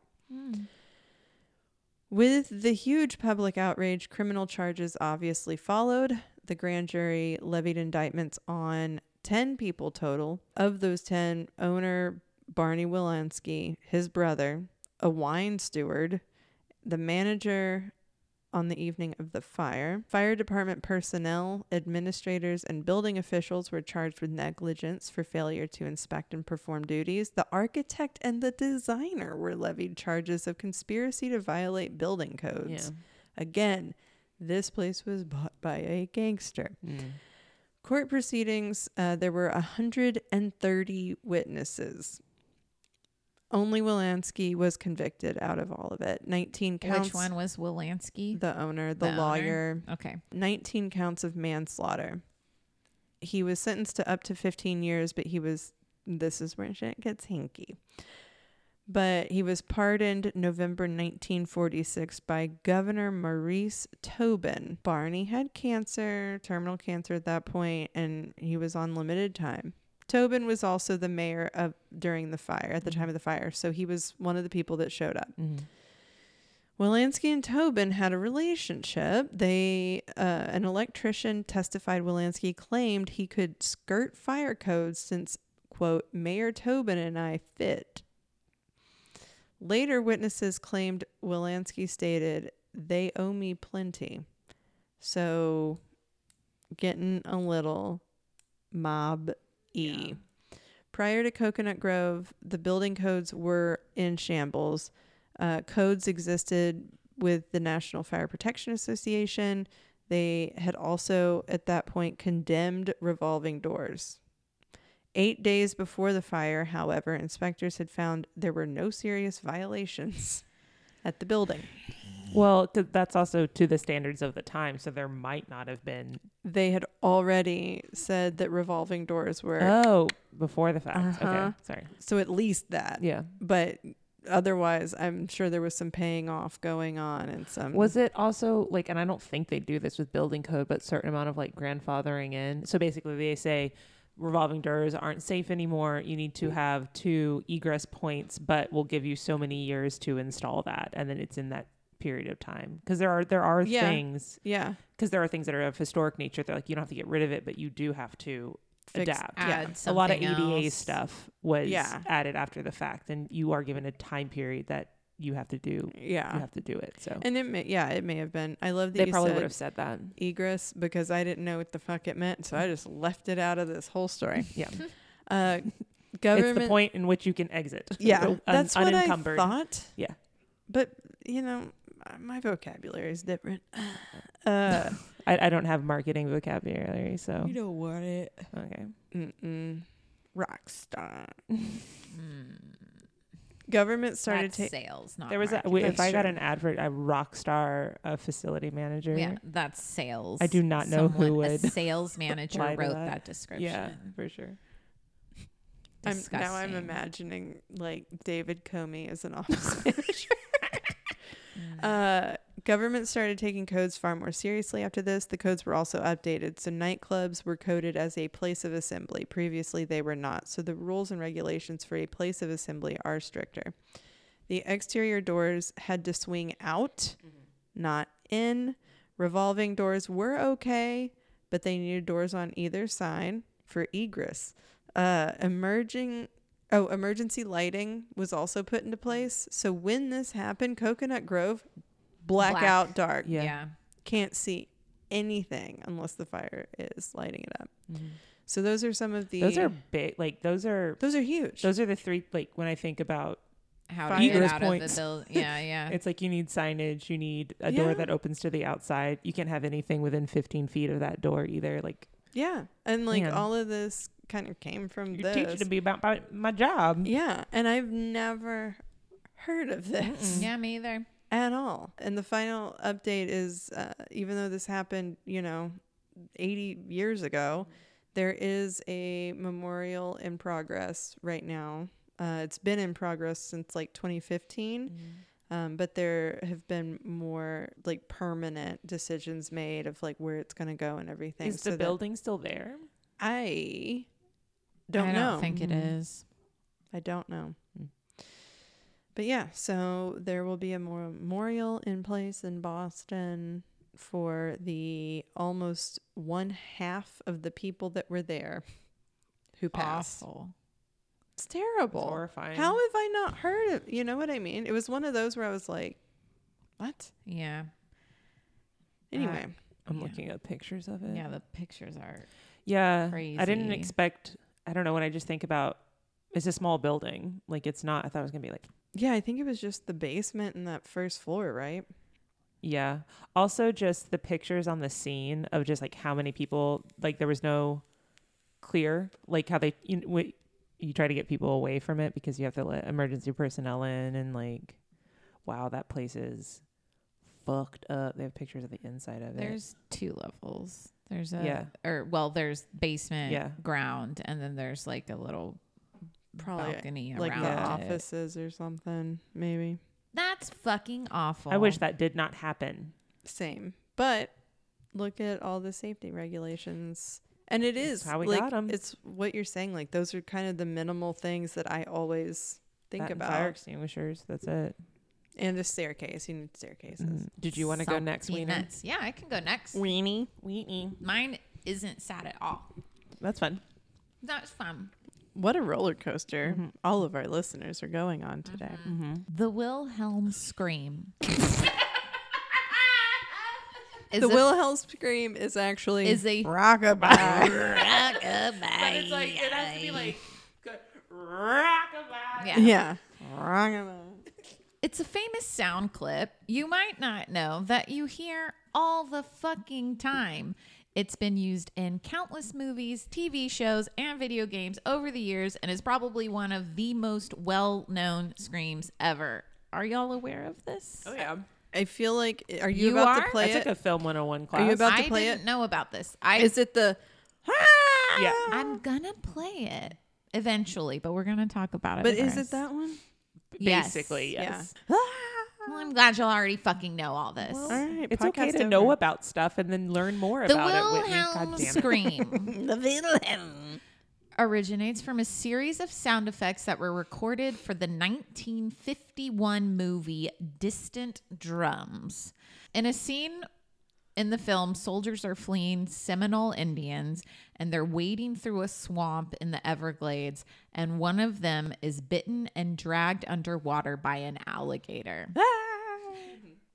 A: With the huge public outrage, criminal charges obviously followed. The grand jury levied indictments on 10 people total. Of those 10, owner Barney Wilansky, his brother, a wine steward, the manager on the evening of the fire. Fire department personnel, administrators, and building officials were charged with negligence for failure to inspect and perform duties. The architect and the designer were levied charges of conspiracy to violate building codes. Again, this place was bought by a gangster.
B: Mm.
A: Court proceedings, uh, there were 130 witnesses. Only Wilansky was convicted out of all of it. 19 counts.
C: Which one was Wilansky?
A: The owner, the,
C: The owner?
A: lawyer.
C: Okay.
A: 19 counts of manslaughter. He was sentenced to up to 15 years, but he was, this is where shit gets hinky. But he was pardoned November 1946 by Governor Maurice Tobin. Barney had cancer, terminal cancer at that point, and he was on limited time. Tobin was also the mayor of during the fire, at the time of the fire, so he was one of the people that showed up.
B: Mhm.
A: Wilansky and Tobin had a relationship. They, uh, an electrician testified Wilansky claimed he could skirt fire codes since, quote, Mayor Tobin and I fit. Later, witnesses claimed Wilansky stated, they owe me plenty. So, getting a little mob E.
B: Yeah.
A: Prior to Coconut Grove, the building codes were in shambles. Uh, codes existed with the National Fire Protection Association. They had also, at that point, condemned revolving doors. Eight days before the fire, however, inspectors had found there were no serious violations [laughs] at the building.
B: Well, 'cause that's also to the standards of the time, so there might not have been.
A: They had already said that revolving doors were,
B: Oh, before the fact.
A: Uh-huh.
B: Okay, sorry.
A: so at least that.
B: Yeah.
A: But otherwise, I'm sure there was some paying off going on and some.
B: Was it also like, and I don't think they do this with building code, but certain amount of like grandfathering in. So basically, they say revolving doors aren't safe anymore. You need
A: Mm.
B: to have two egress points, but we'll give you so many years to install that, and then it's in that period of time because there are there are
A: Yeah.
B: things
A: Yeah.
B: because there are things that are of historic nature. They're like you don't have to get rid of it, but you do have to
A: Fix-
B: adapt.
A: Yeah.
C: Add
B: a lot of
C: something
B: ADA
C: else.
B: stuff was
A: Yeah.
B: added after the fact, and you are given a time period that you have to do. You
A: Yeah.
B: have to do it. So
A: And it may, yeah, it may have been. I love that
B: they
A: you
B: probably
A: said
B: would have said that.
A: egress because I didn't know what the fuck it meant, so I just left it out of this whole story.
B: [laughs] Yeah,
A: Uh,
B: [laughs] it's the
A: government.
B: point in which you can exit.
A: [laughs] Yeah,
B: Un-
A: that's what I
B: unencumbered.
A: thought.
B: Yeah.
A: But you know, my vocabulary is different. [sighs]
B: [laughs]
A: Uh,
B: I, I don't have marketing vocabulary, so
A: don't want it.
B: okay.
A: Mm-mm. Rock star.
C: Mm,
A: Government started
C: that's
A: taking.
C: sales, not
B: There was a,
C: marketing.
B: we- if
A: That's
B: I got
A: true.
B: an ad for a rock star, a facility manager.
C: yeah, that's sales.
B: I do not know who
C: Someone-
B: would [laughs]
C: A sales manager
B: apply to
C: wrote
B: that.
C: that,
B: Yeah,
C: description.
B: for sure.
A: I'm, now I'm
C: Disgusting.
A: imagining like David Comey as an
C: [laughs]
A: office manager.
C: Mm.
A: Uh, government started taking codes far more seriously after this. The codes were also updated. So nightclubs were coded as a place of assembly. Previously, they were not. So the rules and regulations for a place of assembly are stricter. The exterior doors had to swing out,
C: Mm-hmm.
A: not in. Revolving doors were okay, but they needed doors on either side for egress. Uh, emerging Oh, emergency lighting was also put into place. So when this happened, Coconut Grove, blackout dark.
B: Yeah.
C: yeah.
A: Can't see anything unless the fire is lighting it up. So those are some of the
B: Mm-hmm. Those are big. Like those are
A: those are huge.
B: those are the three. Like when I think about,
C: How
A: Fire
C: to get
B: egress
C: out of
B: points. [laughs]
C: the building. Yeah, yeah.
B: it's like you need signage. You need a door
A: Yeah.
B: that opens to the outside. You can't have anything within 15 feet of that door either. Like
A: yeah. And like
B: Man.
A: all of this kind of came from
B: you're
A: this.
B: teaching me about my, my job.
A: yeah. And I've never heard of this.
C: Mm, yeah, me either.
A: at all. And the final update is uh, even though this happened, you know, 80 years ago, there is a memorial
B: Mm-hmm.
A: in progress right now. Uh, it's been in progress since like 2015. Um, but there have been more like permanent decisions made of like where it's going to go and everything.
B: Is the
A: that-
B: building still there?
A: I don't
C: I
A: know.
C: don't think it
B: Mm-hmm.
C: is.
A: I don't know.
C: Hmm.
B: Mm.
A: But yeah, so there will be a memorial in place in Boston for the almost one half of the people that were there who passed.
C: Awful.
A: It's terrible.
B: It's horrifying.
A: How have I not heard of you know what I mean? It was one of those where I was like, What?
C: Yeah.
A: Anyway.
B: I'm
C: Yeah.
B: looking up pictures of it.
C: Yeah, the pictures are
B: Yeah. I didn't
C: Crazy.
B: expect I don't know when I just think about it's a small building. Like it's not I thought it was gonna be like
A: yeah, I think it was just the basement and that first floor, right?
B: yeah. Also just the pictures on the scene of just like how many people like there was no clear like how they you know, wh- you try to get people away from it because you have to let emergency personnel in and like wow that place is fucked up. They have pictures of the inside of it.
C: there's two levels. There's a
B: Yeah.
C: or well, there's basement,
B: Yeah.
C: ground, and then there's like a little
A: Probably
C: balcony
A: Like
C: around
A: the
C: it.
A: offices or something, maybe.
C: That's fucking awful.
B: I wish that did not happen.
A: Same. But look at all the safety regulations. And it
B: That's
A: is
B: how we
A: like,
B: got 'em.
A: It's what you're saying. Like those are kind of the minimal things that I always think
B: That and
A: about.
B: fire extinguishers. That's it.
A: And a staircase. You need staircases.
C: Mm-hmm.
B: Mm. Did you want to go next,
C: Salty
B: Weena?
C: nuts. Yeah, I can go next.
B: Weenie. Weenie.
C: Mine isn't sad at all.
B: That's fun.
C: That's fun.
A: What a roller coaster
C: Mm-hmm.
A: all of our listeners are going on today. Mm-hmm.
C: The Wilhelm scream. is
A: The
C: a-
A: Wilhelm scream is actually
C: is a
A: rockabye.
C: rockabye. It's like it has to be like rockabye. Yeah.
A: [laughs] yeah. Rockabye.
C: It's a famous sound clip you might not know that you hear all the fucking time. It's been used in countless movies, TV shows, and video games over the years and is probably one of the most well known screams ever. Are y'all aware of this?
A: Oh, yeah. I feel like are you,
C: You
A: about
C: are?
A: to play
B: I took
A: it?
B: a film 101 class.
A: Are you about to
C: I
A: play
C: didn't
A: it?
C: know about this. I
A: Is it the
B: Yeah.
C: I'm gonna play it eventually, but we're gonna talk about it.
A: But is it
C: first.
A: that one?
C: Yes.
B: Basically, yes.
C: Well, I'm glad y'all already fucking know all this.
A: All right.
B: It's okay
A: podcast
B: to
A: over.
B: know about stuff and then learn more
C: the
B: about it, Whitney. God
C: Wilhelm
B: damn it. [laughs]
C: scream.
A: The Wilhelm.
C: originates from a series of sound effects that were recorded for the 1951 movie Distant Drums. In a scene in the film, soldiers are fleeing Seminole Indians and they're wading through a swamp in the Everglades, and one of them is bitten and dragged underwater by an alligator.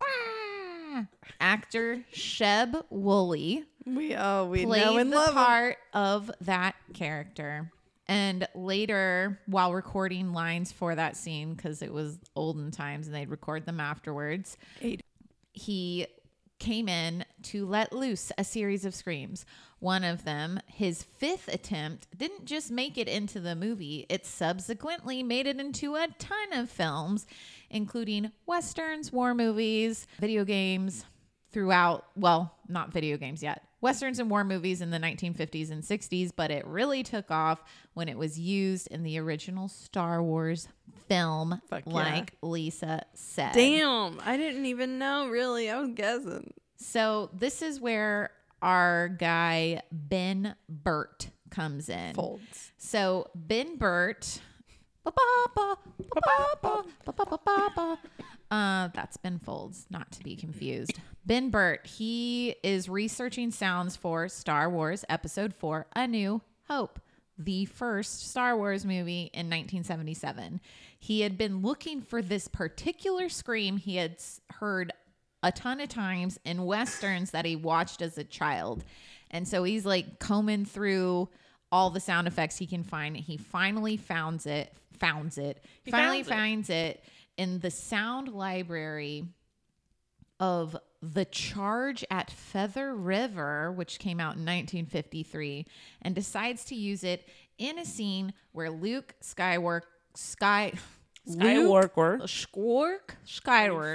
C: Ah! Actor Sheb Woolley
A: We oh we
C: played
A: know and
C: the
A: love 'em.
C: part of that character. And later, while recording lines for that scene, because it was olden times and they'd record them afterwards,
A: Eight.
C: he came in to let loose a series of screams. One of them, his fifth attempt, didn't just make it into the movie, it subsequently made it into a ton of films, including westerns, war movies, video games throughout, well, not video games yet. Westerns and war movies in the 1950s and 60s, but it really took off when it was used in the original Star Wars film,
A: Fuck yeah.
C: like Lisa said.
A: Damn, I didn't even know really. I was guessing.
C: So this is where our guy Ben Burt comes in.
A: Folds.
C: So Ben Burt. ba-ba-ba, ba-ba-ba, ba-ba-ba-ba-ba. Uh, that's Ben Folds, not to be confused. Ben Burt, he is researching sounds for Star Wars Episode 4 A New Hope, the first Star Wars movie in 1977. He had been looking for this particular scream he had s- heard a ton of times in westerns that he watched as a child. And so he's like combing through all the sound effects he can find. He finally founds it, founds it, finally
B: founds it.
C: finds it in the sound library of The Charge at Feather River, which came out in 1953, and decides to use it in a scene where Luke Skywalker, Sky, Luke
B: Skywalker.
C: Squark Skywalker.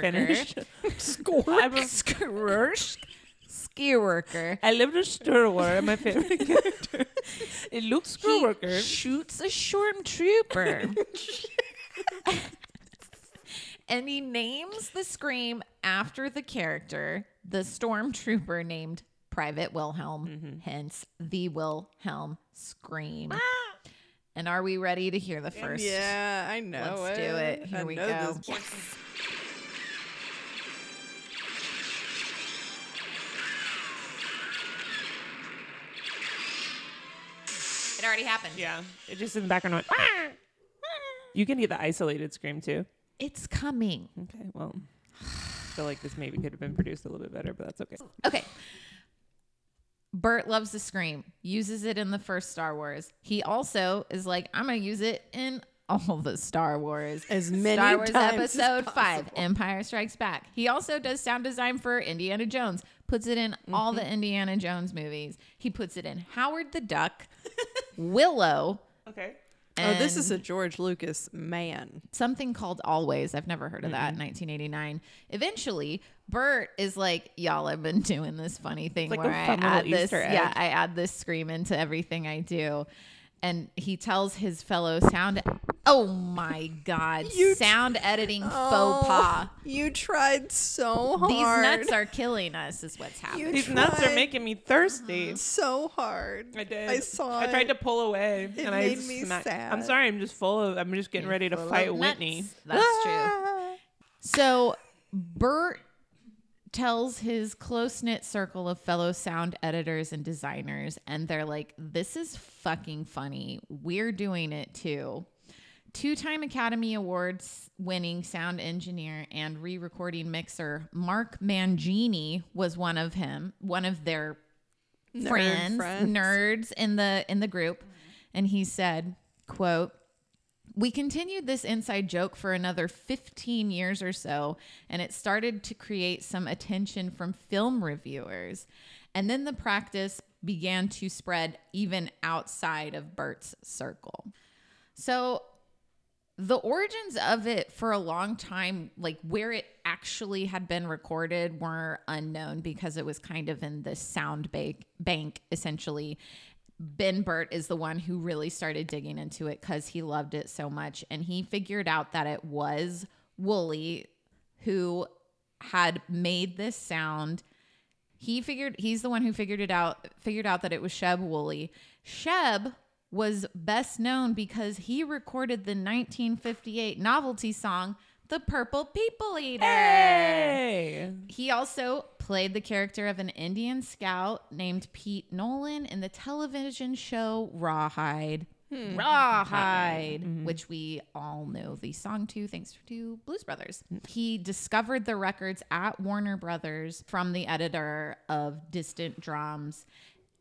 B: [laughs] Finished.
C: Squark. Squark. Skywalker.
B: I lived a Star Wars, my favorite character. It looks
C: He shoots a stormtrooper. And he names the scream after the character, the stormtrooper named Private Wilhelm, hence the Wilhelm scream. And are we ready to hear the first?
A: Yeah, I know.
C: Let's do it. Here
A: I
C: we
A: know
C: go.
A: this-
C: It already happened.
B: Yeah. It just in the background went. "Ah!" You can get the isolated scream too.
C: It's coming.
B: Okay. Well, I feel like this maybe could have been produced a little bit better, but that's okay.
C: Okay. Bert loves to scream, uses it in the first Star Wars. He also is like, I'm going to use it in all the Star Wars.
A: As many
C: Star Wars
A: times as
C: Episode 5, Empire Strikes Back. He also does sound design for Indiana Jones, puts it in all
A: Mm-hmm.
C: the Indiana Jones movies. He puts it in Howard the Duck, [laughs] Willow.
B: Okay.
A: oh, this is
C: and-
A: a George Lucas man.
C: something called Always. I've never heard of that.
B: Mm-hmm.
C: 1989. Eventually, Bert is like, "Y'all have been [laughs] doing this funny thing
B: like a
C: where I
B: fun little
C: add this,
B: Easter egg.
C: yeah, I add this scream into everything I do." And he tells his fellow sound, "Oh my God, sound editing
B: Oh.
C: faux pas.
A: Oh, You tried so hard.
C: These nuts are killing us." Is what's happening.
B: These nuts
A: tried
B: are making me thirsty.
A: so hard.
B: I did.
A: I saw.
B: I tried
A: it.
B: to pull away, and I
A: made me
B: smacked- I'm
A: sad.
B: sorry. I'm just full of. I'm just getting ready to fight
C: Full of
B: Whitney.
C: nuts. That's true. Ah. So Bert tells his close knit circle of fellow sound editors and designers, and they're like, this is fucking funny. We're doing it too. Two time Academy Awards winning sound engineer and re recording mixer Mark Mangini was one of him, one of their
A: Nerd
C: friends,
A: friends.
C: nerds in the in the group and he said quote we continued this inside joke for another 15 years or so and it started to create some attention from film reviewers and then the practice began to spread even outside of Bert's circle so the origins of it for a long time, like where it actually had been recorded, were unknown because it was kind of in the sound bank, bank essentially. Ben Burt is the one who really started digging into it because he loved it so much. And he figured out that it was Wooly who had made this sound he figured he's the one who figured it out figured out that it was Sheb Woolley. Sheb was best known because he recorded the 1958 novelty song The Purple People Eater.
B: Hey.
C: He also played the character of an Indian scout named Pete Nolan in the television show Rawhide. Rawhide, which we all know the song to thanks to Blues Brothers. He discovered the records at Warner Brothers from the editor of Distant Drums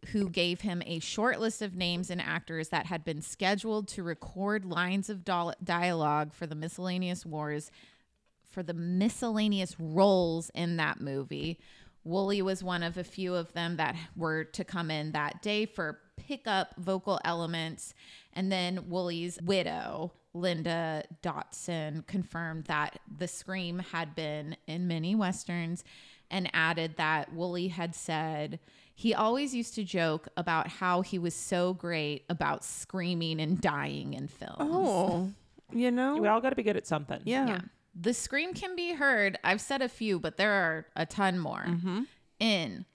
C: who gave him a short list of names and actors that had been scheduled to record lines of dol- dialogue for the miscellaneous wars for the miscellaneous roles in that movie. Wooly was one of a few of them that were to come in that day for pickup vocal elements. And then Wooly's widow, Linda Dotson, confirmed that the scream had been in many Westerns and added that Wooly had said he always used to joke about how he was so great about screaming and dying in films.
A: Oh, you know.
B: We all got to be good at something.
A: yeah.
C: Yeah. The scream can be heard. I've said a few, but there are a ton more. In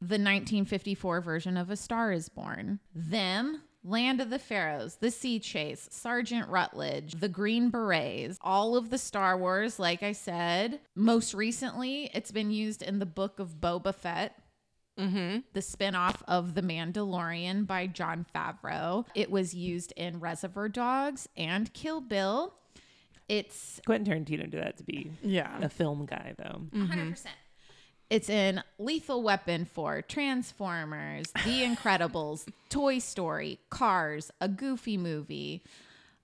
C: the 1954 version of A Star is Born, Them, Land of the Pharaohs, The Sea Chase, Sergeant Rutledge, The Green Berets, all of the Star Wars, like I said. Most recently, it's been used in the book of Boba Fett the spin-off of The Mandalorian by John Favreau. It was used in Reservoir Dogs and Kill Bill. It's
B: Quentin Tarantino did that to be
A: Yeah. Mm.
B: a film guy, though.
C: 100%. It's in Lethal Weapon 4, Transformers, The Incredibles, Toy Story, Cars, A Goofy Movie,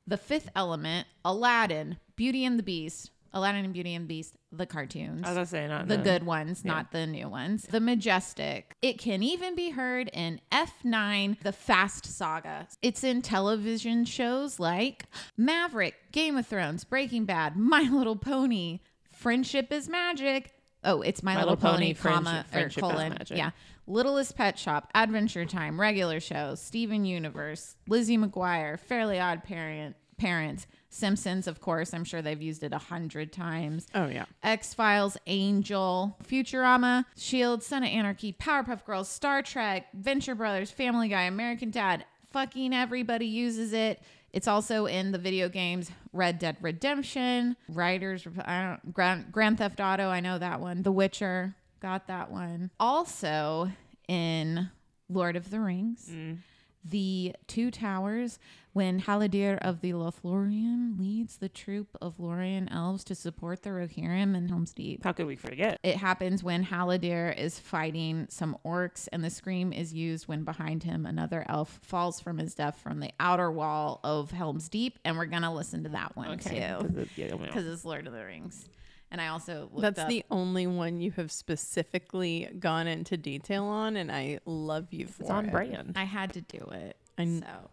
C: The Fifth Element, Aladdin, Beauty and the Beast, Aladdin and Beauty and the Beast, the cartoons.
B: I was gonna say not
C: the
B: no.
C: good ones, not the new ones. The Majestic. It can even be heard in F9, The Fast Saga. It's in television shows like Maverick, Game of Thrones, Breaking Bad, My Little Pony, Friendship is Magic. Oh, it's My, Little, Pony, comma,
B: Friendship-
C: or
B: Friendship is
C: colon.
B: Magic.
C: Yeah. Littlest Pet Shop, Adventure Time, Regular Show, Steven Universe, Lizzie McGuire, Fairly Odd Parent, parents. Simpsons, of course, I'm sure they've used it a hundred times.
A: Oh yeah.
C: X Files, Angel, Futurama, Shield, E Son of Anarchy, Powerpuff Girls, Star Trek, Venture Brothers, Family Guy, American Dad. Fucking everybody uses it. It's also in the video games Red Dead Redemption, Riders, Rep- I don't, Grand, Grand Theft Auto. I know that one. The Witcher, got that one. Also in Lord of the Rings
A: Mm.
C: the two towers when Haladir of the Lothlorien leads the troop of Lorien elves to support the Rohirrim and Helm's Deep.
B: How could we forget?
C: It happens when Haladir is fighting some orcs, and the scream is used when behind him another elf falls from his death from the outer wall of Helm's Deep, and we're gonna listen to that one too because it's Lord of the Rings. And I also looked
A: That's
C: up-
A: the only one you have specifically gone into detail on, and I love you for
B: It's on
A: it.
B: brand.
C: I had to do it.
A: I kn-
C: so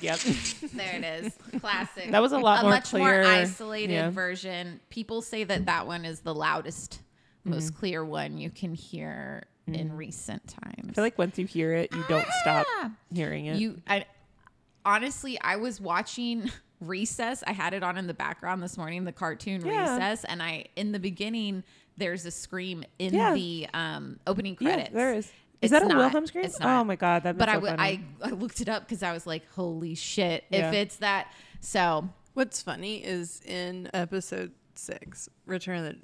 B: Yep.
C: [laughs] There it is. Classic.
B: That was a lot
C: a
B: more
C: much
B: clear.
C: more isolated
B: Yeah.
C: version. People say that that one is the loudest,
B: Mm-hmm.
C: most clear one you can hear in recent times.
B: I feel like once you hear it, you don't stop
C: Ah!
B: hearing it.
C: You, I, honestly, I was watching [laughs] Recess. I had it on in the background this morning, the cartoon
B: Yeah.
C: Recess, and I in the beginning there's a scream in
B: Yeah.
C: the um, opening
B: Yeah,
C: credits.
B: there is. Is
C: It's
B: that a
C: not-
B: Wilhelm scream?
C: It's not.
B: Oh my god, that.
C: But I,
B: so
C: w- I,
B: funny.
C: I looked it up because I was like, holy shit!
B: Yeah.
C: If it's that, so
A: What's funny is in episode six, Return of the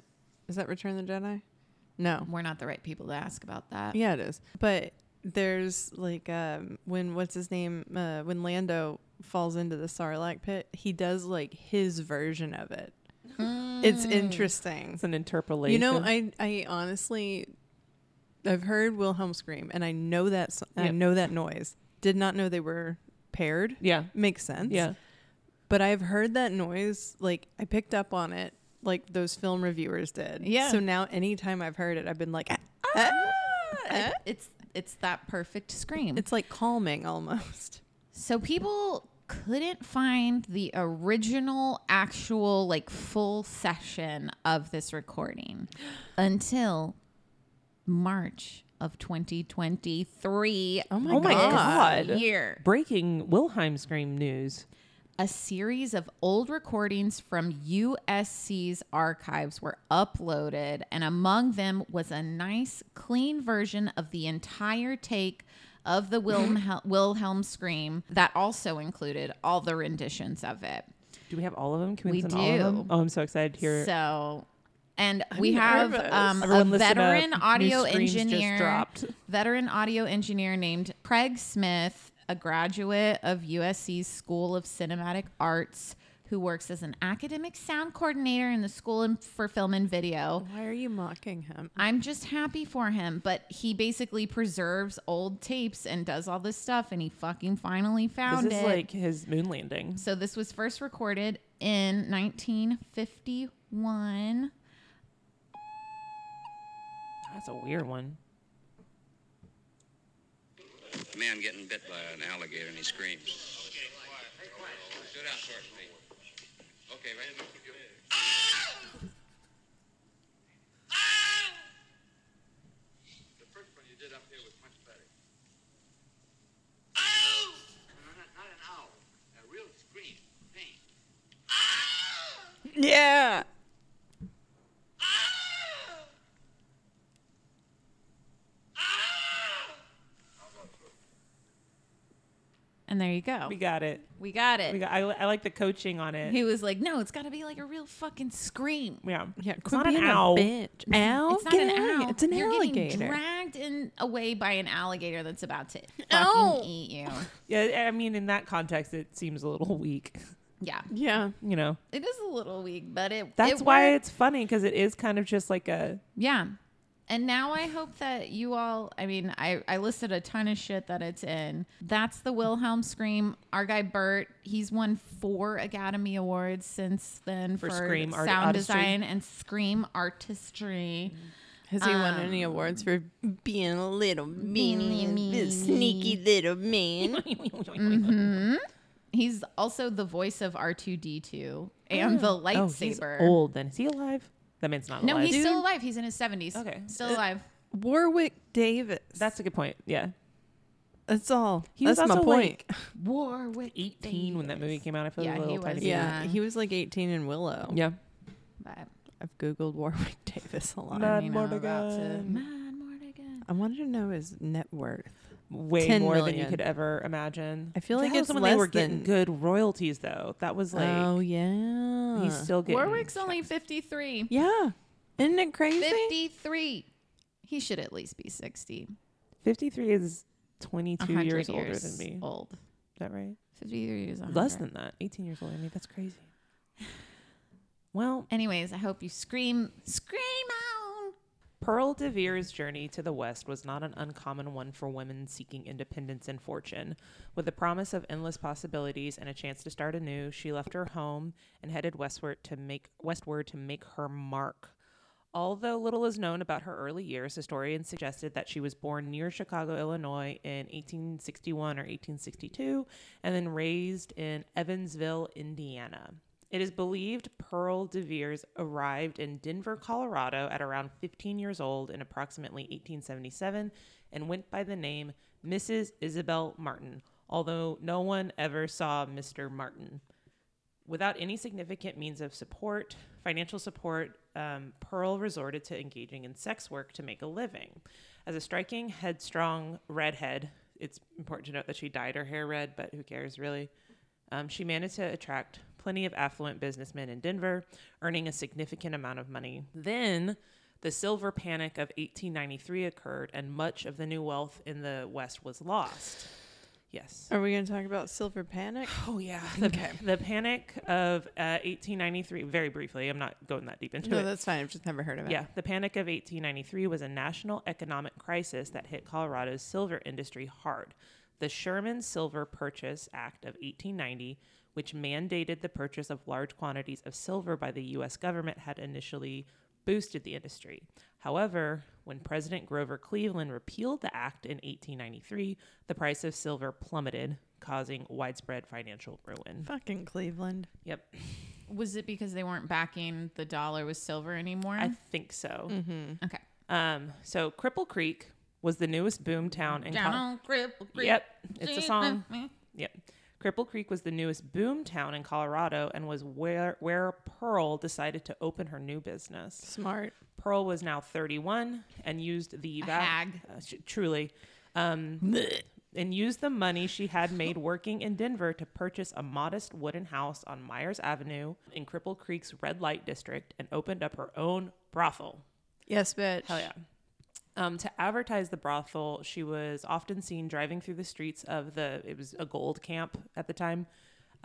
A: is that Return of the Jedi? No.
C: we're not the right people to ask about that.
A: Yeah, it is. But there's like um when what's his name uh, when Lando falls into the Sarlacc pit, he does like his version of it. It's interesting.
B: it's an interpolation.
A: You know, I I honestly I've heard Wilhelm scream and I know that so- I
B: Yep.
A: know that noise. Did not know they were paired. [laughs]
B: yeah,
A: Makes sense.
B: yeah.
A: But I've heard that noise, like I picked up on it, like those film reviewers did.
C: Yeah.
A: So now anytime I've heard it, I've been like, "Ah,
C: Ah,
A: ah."
C: it- it's it's that perfect scream.
A: it's like calming almost.
C: so people couldn't find the original actual like full session of this recording until March of 2023.
A: Oh my
B: Oh my
A: God.
B: god.
C: Year.
B: Breaking Wilhelm scream news.
C: a series of old recordings from USC's archives were uploaded, and among them was a nice, clean version of the entire take of the Wilhelm, Wilhelm scream that also included all the renditions of it.
B: Do we have all of them? Can we,
C: We
B: listen to all of them?
C: do.
B: Oh, I'm so excited to hear.
C: So, and we have
A: nervous.
C: um, a
B: Everyone listen up.
C: veteran
B: New
C: audio
B: screams just
C: engineer,
B: dropped.
C: veteran audio engineer named Craig Smith, a graduate of USC's School of Cinematic Arts, who works as an academic sound coordinator in the School in- for Film and Video.
A: [laughs] Why are you mocking him?
C: I'm just happy for him, but he basically preserves old tapes and does all this stuff, and he fucking finally found
B: this is
C: it.
B: like his moon landing.
C: So this was first recorded in 1951.
B: That's a weird one.
E: man getting bit by an alligator and he screams. Okay, quiet. Hey, quiet. Sit down first, Pete. Okay, right. The first one you did up here was much better. No, not, not an owl. A real scream. Pain.
A: Yeah.
C: And there you go.
B: We got it.
C: We got it.
B: We got. I, I like the coaching on it.
C: he was like, no, it's got to be like a real fucking scream.
B: Yeah.
A: Yeah.
B: It's
A: quit
B: not an
A: being a [laughs]
B: owl.
A: bitch. Owl?
C: It's not an
A: Get out of
C: owl.
A: here. It's an
C: You're
A: alligator.
C: getting dragged in away by an alligator that's about [laughs] to fucking
A: Ow.
C: eat you.
B: Yeah. I mean, in that context, it seems a little weak. [laughs]
C: Yeah,
A: yeah.
B: You know.
C: it is a little weak, but it
B: That's
C: it
B: why
C: worked.
B: it's funny because it is kind of just like a.
C: Yeah. And now I hope that you all, I mean, I, I listed a ton of shit that it's in. That's the Wilhelm Scream. Our guy Bert, he's won four Academy Awards since then
B: For Scream art-
C: sound
B: artistry.
C: design and Scream artistry.
A: Has he won any awards for Um, being a little mean,
C: mean,
A: this sneaky little man?
C: He's also the voice of R2D2 and the
B: [laughs] Oh, he's
C: lightsaber.
B: old. Then is he alive? That man's not
C: No,
B: alive.
C: he's still alive. He's in his 70s.
B: Okay. Uh,
C: Still alive.
A: [laughs] Warwick Davis.
B: That's a good point. Yeah.
A: That's all.
B: He
A: That's
B: was
A: my
B: also
A: point.
B: like [laughs] Warwick 18 when that movie came out. I feel
C: Yeah,
B: like a
C: he
B: little
C: was.
B: tiny.
A: yeah,
C: Yeah.
A: he was like 18 in Willow.
B: kid. Yeah.
C: But
A: I've googled Warwick [laughs] Davis a lot.
B: No.
C: I
B: Mad
C: mean, I'm about to.
B: Mortigan.
C: Mad Mortigan.
A: I wanted to know his net worth.
B: Way
A: 10
B: more than
A: million.
B: you could ever imagine.
A: I feel like
B: that
A: it's
B: was when they were
A: less
B: getting
A: than-
B: good royalties though. That was like
A: oh yeah,
B: he's still getting
C: Warwick's only 53.
A: yeah. Isn't it crazy?
C: 53. He should at least be 60.
B: 53 is 22
C: 100
B: years, older than me. Is
C: Old.
B: that right?
C: 53 years old.
B: Less than that. 18 years older than me. That's crazy. Well,
C: Anyways, I hope you scream, scream out.
B: Pearl de Vere's journey to the West was not an uncommon one for women seeking independence and fortune. With the promise of endless possibilities and a chance to start anew, she left her home and headed westward to make westward to make her mark. Although little is known about her early years, historians suggested that she was born near Chicago, Illinois in 1861 or 1862 and then raised in Evansville, Indiana. It is believed Pearl de Vere's arrived in Denver, Colorado at around 15 years old in approximately 1877 and went by the name Mrs. Isabel Martin, although no one ever saw Mr. Martin. Without any significant means of support, financial support, um, Pearl resorted to engaging in sex work to make a living. As a striking, headstrong redhead, it's important to note that she dyed her hair red, but who cares really? Um, she managed to attract plenty of affluent businessmen in Denver, earning a significant amount of money. Then the silver panic of 1893 occurred, and much of the new wealth in the West was lost. Yes.
A: Are we going to talk about Silver [sighs] Panic?
B: Oh yeah. [laughs] The, the panic of uh, 1893. Very briefly, I'm not going that deep into
A: No,
B: it.
A: that's fine. I've just never heard of it.
B: Yeah, the Panic of 1893 was a national economic crisis that hit Colorado's silver industry hard. The Sherman Silver Purchase Act of 1890, which mandated the purchase of large quantities of silver by the U.S. government, had initially boosted the industry. However, when President Grover Cleveland repealed the act in 1893, the price of silver plummeted, causing widespread financial ruin.
A: Fucking Cleveland.
B: Yep,
C: Was it because they weren't backing the dollar with silver anymore?
B: I think so.
C: okay.
B: Um, so Cripple Creek was the newest boom town in
C: Down
B: Col-
C: on Cripple Creek.
B: Yep, it's a song.
C: Mm.
B: Yep. Cripple Creek was the newest boom town in Colorado and was where where Pearl decided to open her new business.
A: Smart.
B: Pearl was now 31 and used the
C: A
B: va-
C: hag.
B: uh, sh- truly um, and used the money she had
C: [laughs]
B: made working in Denver to purchase a modest wooden house on Myers Avenue in Cripple Creek's red light district and opened up her own brothel.
A: Yes, bitch.
B: Hell yeah. Um, to advertise the brothel, she was often seen driving through the streets of the, it was a gold camp at the time,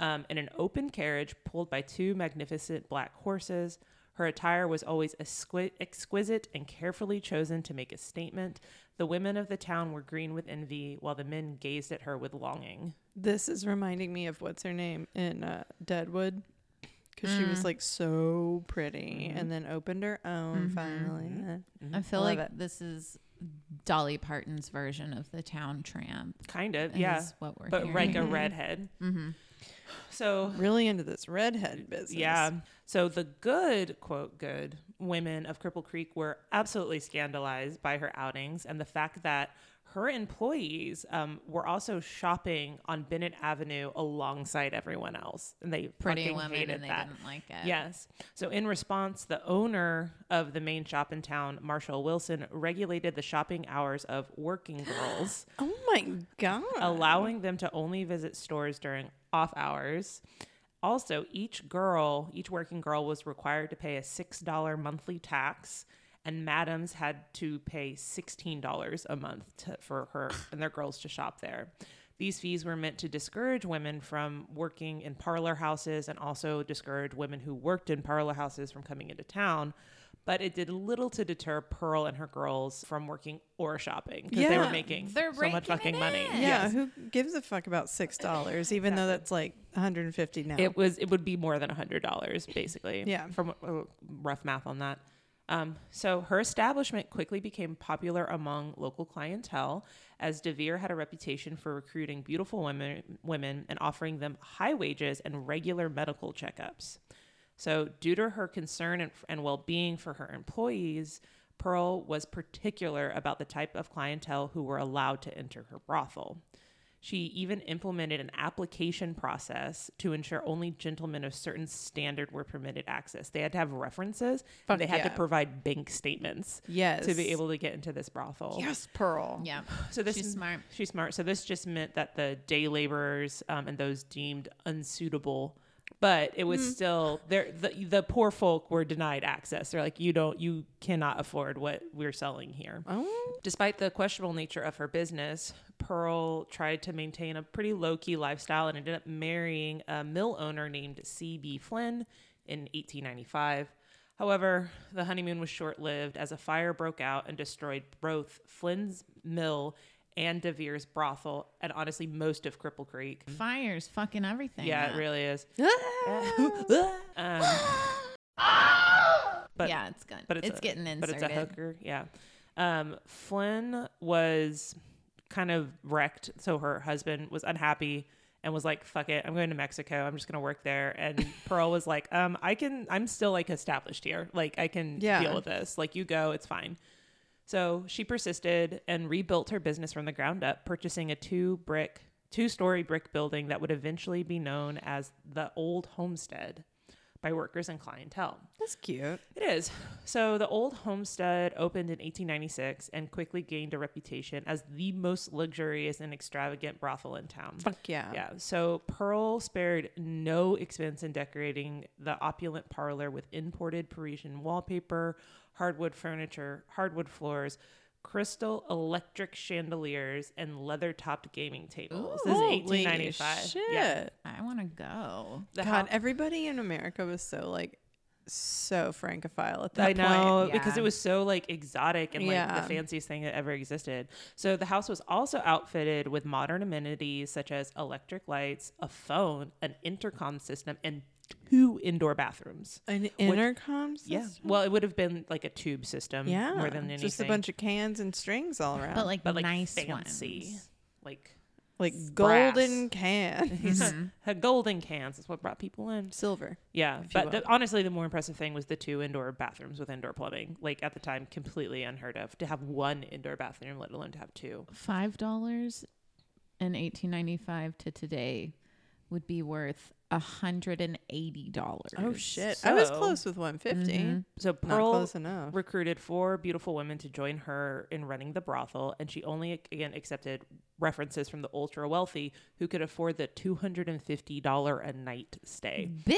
B: um, in an open carriage pulled by two magnificent black horses. Her attire was always exqui- exquisite and carefully chosen to make a statement. The women of the town were green with envy, while the men gazed at her with longing.
A: This is reminding me of what's her name in uh, Deadwood. Because she was like so pretty and then opened her own finally.
C: I feel
A: Love
C: like
A: it.
C: this is Dolly Parton's version of the town tramp.
B: Kind of,
C: Is
B: yeah.
C: what we're
B: but like a
C: hearing.
B: redhead. Mm-hmm. So
A: Really into this redhead business.
B: Yeah. So the good, quote, good women of Cripple Creek were absolutely scandalized by her outings and the fact that her employees um, were also shopping on Bennett Avenue alongside everyone else. And they
C: Pretty
B: fucking
C: women
B: hated
C: and they
B: that.
C: didn't like it.
B: Yes. So, in response, the owner of the main shop in town, Marshall Wilson, regulated the shopping hours of working girls
A: Oh my God.
C: Hmm.
B: allowing them to only visit stores during off hours. Also, each girl, each working girl was required to pay a $6 monthly tax, and madams had to pay $16 a month to, for
C: [sighs]
B: her and their girls to shop there. These fees were meant to discourage women from working in parlor houses and also discourage women who worked in parlor houses from coming into town. But it did little to deter Pearl and her girls from working or shopping because they
A: Yeah,
B: were making
C: they're
B: so much
C: raking
B: fucking
C: it
B: money.
C: in.
A: Yeah, who gives a fuck about [sighs] six dollars? Even though that's like 150 now.
B: It was it would be more than a hundred dollars basically.
A: Yeah.
B: From uh, rough math on that. Um, so her establishment quickly became popular among local clientele, as DeVere had a reputation for recruiting beautiful women, women and offering them high wages and regular medical checkups. So, due to her concern and, and well being for her employees, Pearl was particular about the type of clientele who were allowed to enter her brothel. She even implemented an application process to ensure only gentlemen of certain standard were permitted access. They had to have references
A: Fuck
B: and they had to
A: yeah.
B: provide bank statements
A: Yes.
B: to be able to get into this brothel.
A: Yes, Pearl.
C: Yeah.
B: [sighs] So this
C: She's smart.
B: She's smart. So this just meant that the day laborers um, and those deemed unsuitable, but it
C: Mm-hmm.
B: was still there. The, the poor folk were denied access. They're like, you don't, you cannot afford what we're selling here.
A: Oh.
B: Despite the questionable nature of her business, Pearl tried to maintain a pretty low key lifestyle and ended up marrying a mill owner named C.B. Flynn in 1895. However, the honeymoon was short lived as a fire broke out and destroyed both Flynn's mill and De Vere's brothel, and honestly, most of Cripple Creek.
C: Fire's fucking everything.
B: Yeah,
C: up.
B: it really is. Um, but
C: yeah, it's good.
B: but it's, a-
C: getting inserted.
B: But it's a hooker, yeah. Um, Flynn was kind of wrecked, so her husband was unhappy and was like, "Fuck it, I'm going to Mexico. I'm just going to work there." And Pearl was like, "Um, I can. I'm still like established here. Like I can
A: Yeah.
B: deal with this. Like you go, it's fine." So she persisted and rebuilt her business from the ground up, purchasing a two brick, two story brick building that would eventually be known as the Old Homestead by workers and clientele.
A: That's cute.
B: It is. So the old homestead opened in 1896 and quickly gained a reputation as the most luxurious and extravagant brothel in town.
A: Fuck yeah.
B: Yeah. So Pearl spared no expense in decorating the opulent parlor with imported Parisian wallpaper, hardwood furniture, hardwood floors, crystal electric chandeliers, and leather-topped gaming tables. this is
A: Holy
B: 1895.
A: Shit.
B: Yeah.
C: I want to go.
B: The
A: God,
B: hou-
A: everybody in America was so like so francophile at that
B: I know
A: point.
B: because
C: yeah.
B: it was so like exotic and like
A: Yeah.
B: the fanciest thing that ever existed. So the house was also outfitted with modern amenities such as electric lights, a phone, an intercom system, and two indoor bathrooms.
A: An intercom system.
B: Yeah. Well, it would have been like a tube system
A: Yeah.
B: more than anything.
A: Just a bunch of cans and strings all around.
C: But like,
B: but like
C: nice
B: fancy.
C: ones.
B: Like
A: like
C: brass.
A: golden
C: [laughs]
A: cans.
B: a golden cans is what brought people in.
A: Silver.
B: Yeah,
A: you
B: but the, honestly, the more impressive thing was the two indoor bathrooms with indoor plumbing. Like at the time, completely unheard of to have one indoor bathroom, let alone to have two.
C: Five dollars in eighteen ninety five to today would be worth a hundred and eighty dollars.
A: Oh shit. I was
B: So-
A: close with 150.
B: So
A: Not
B: Pearl
A: close enough.
B: recruited four beautiful women to join her in running the brothel, and she only again accepted references from the ultra wealthy who could afford the two hundred and fifty dollar a night stay,
C: Bitch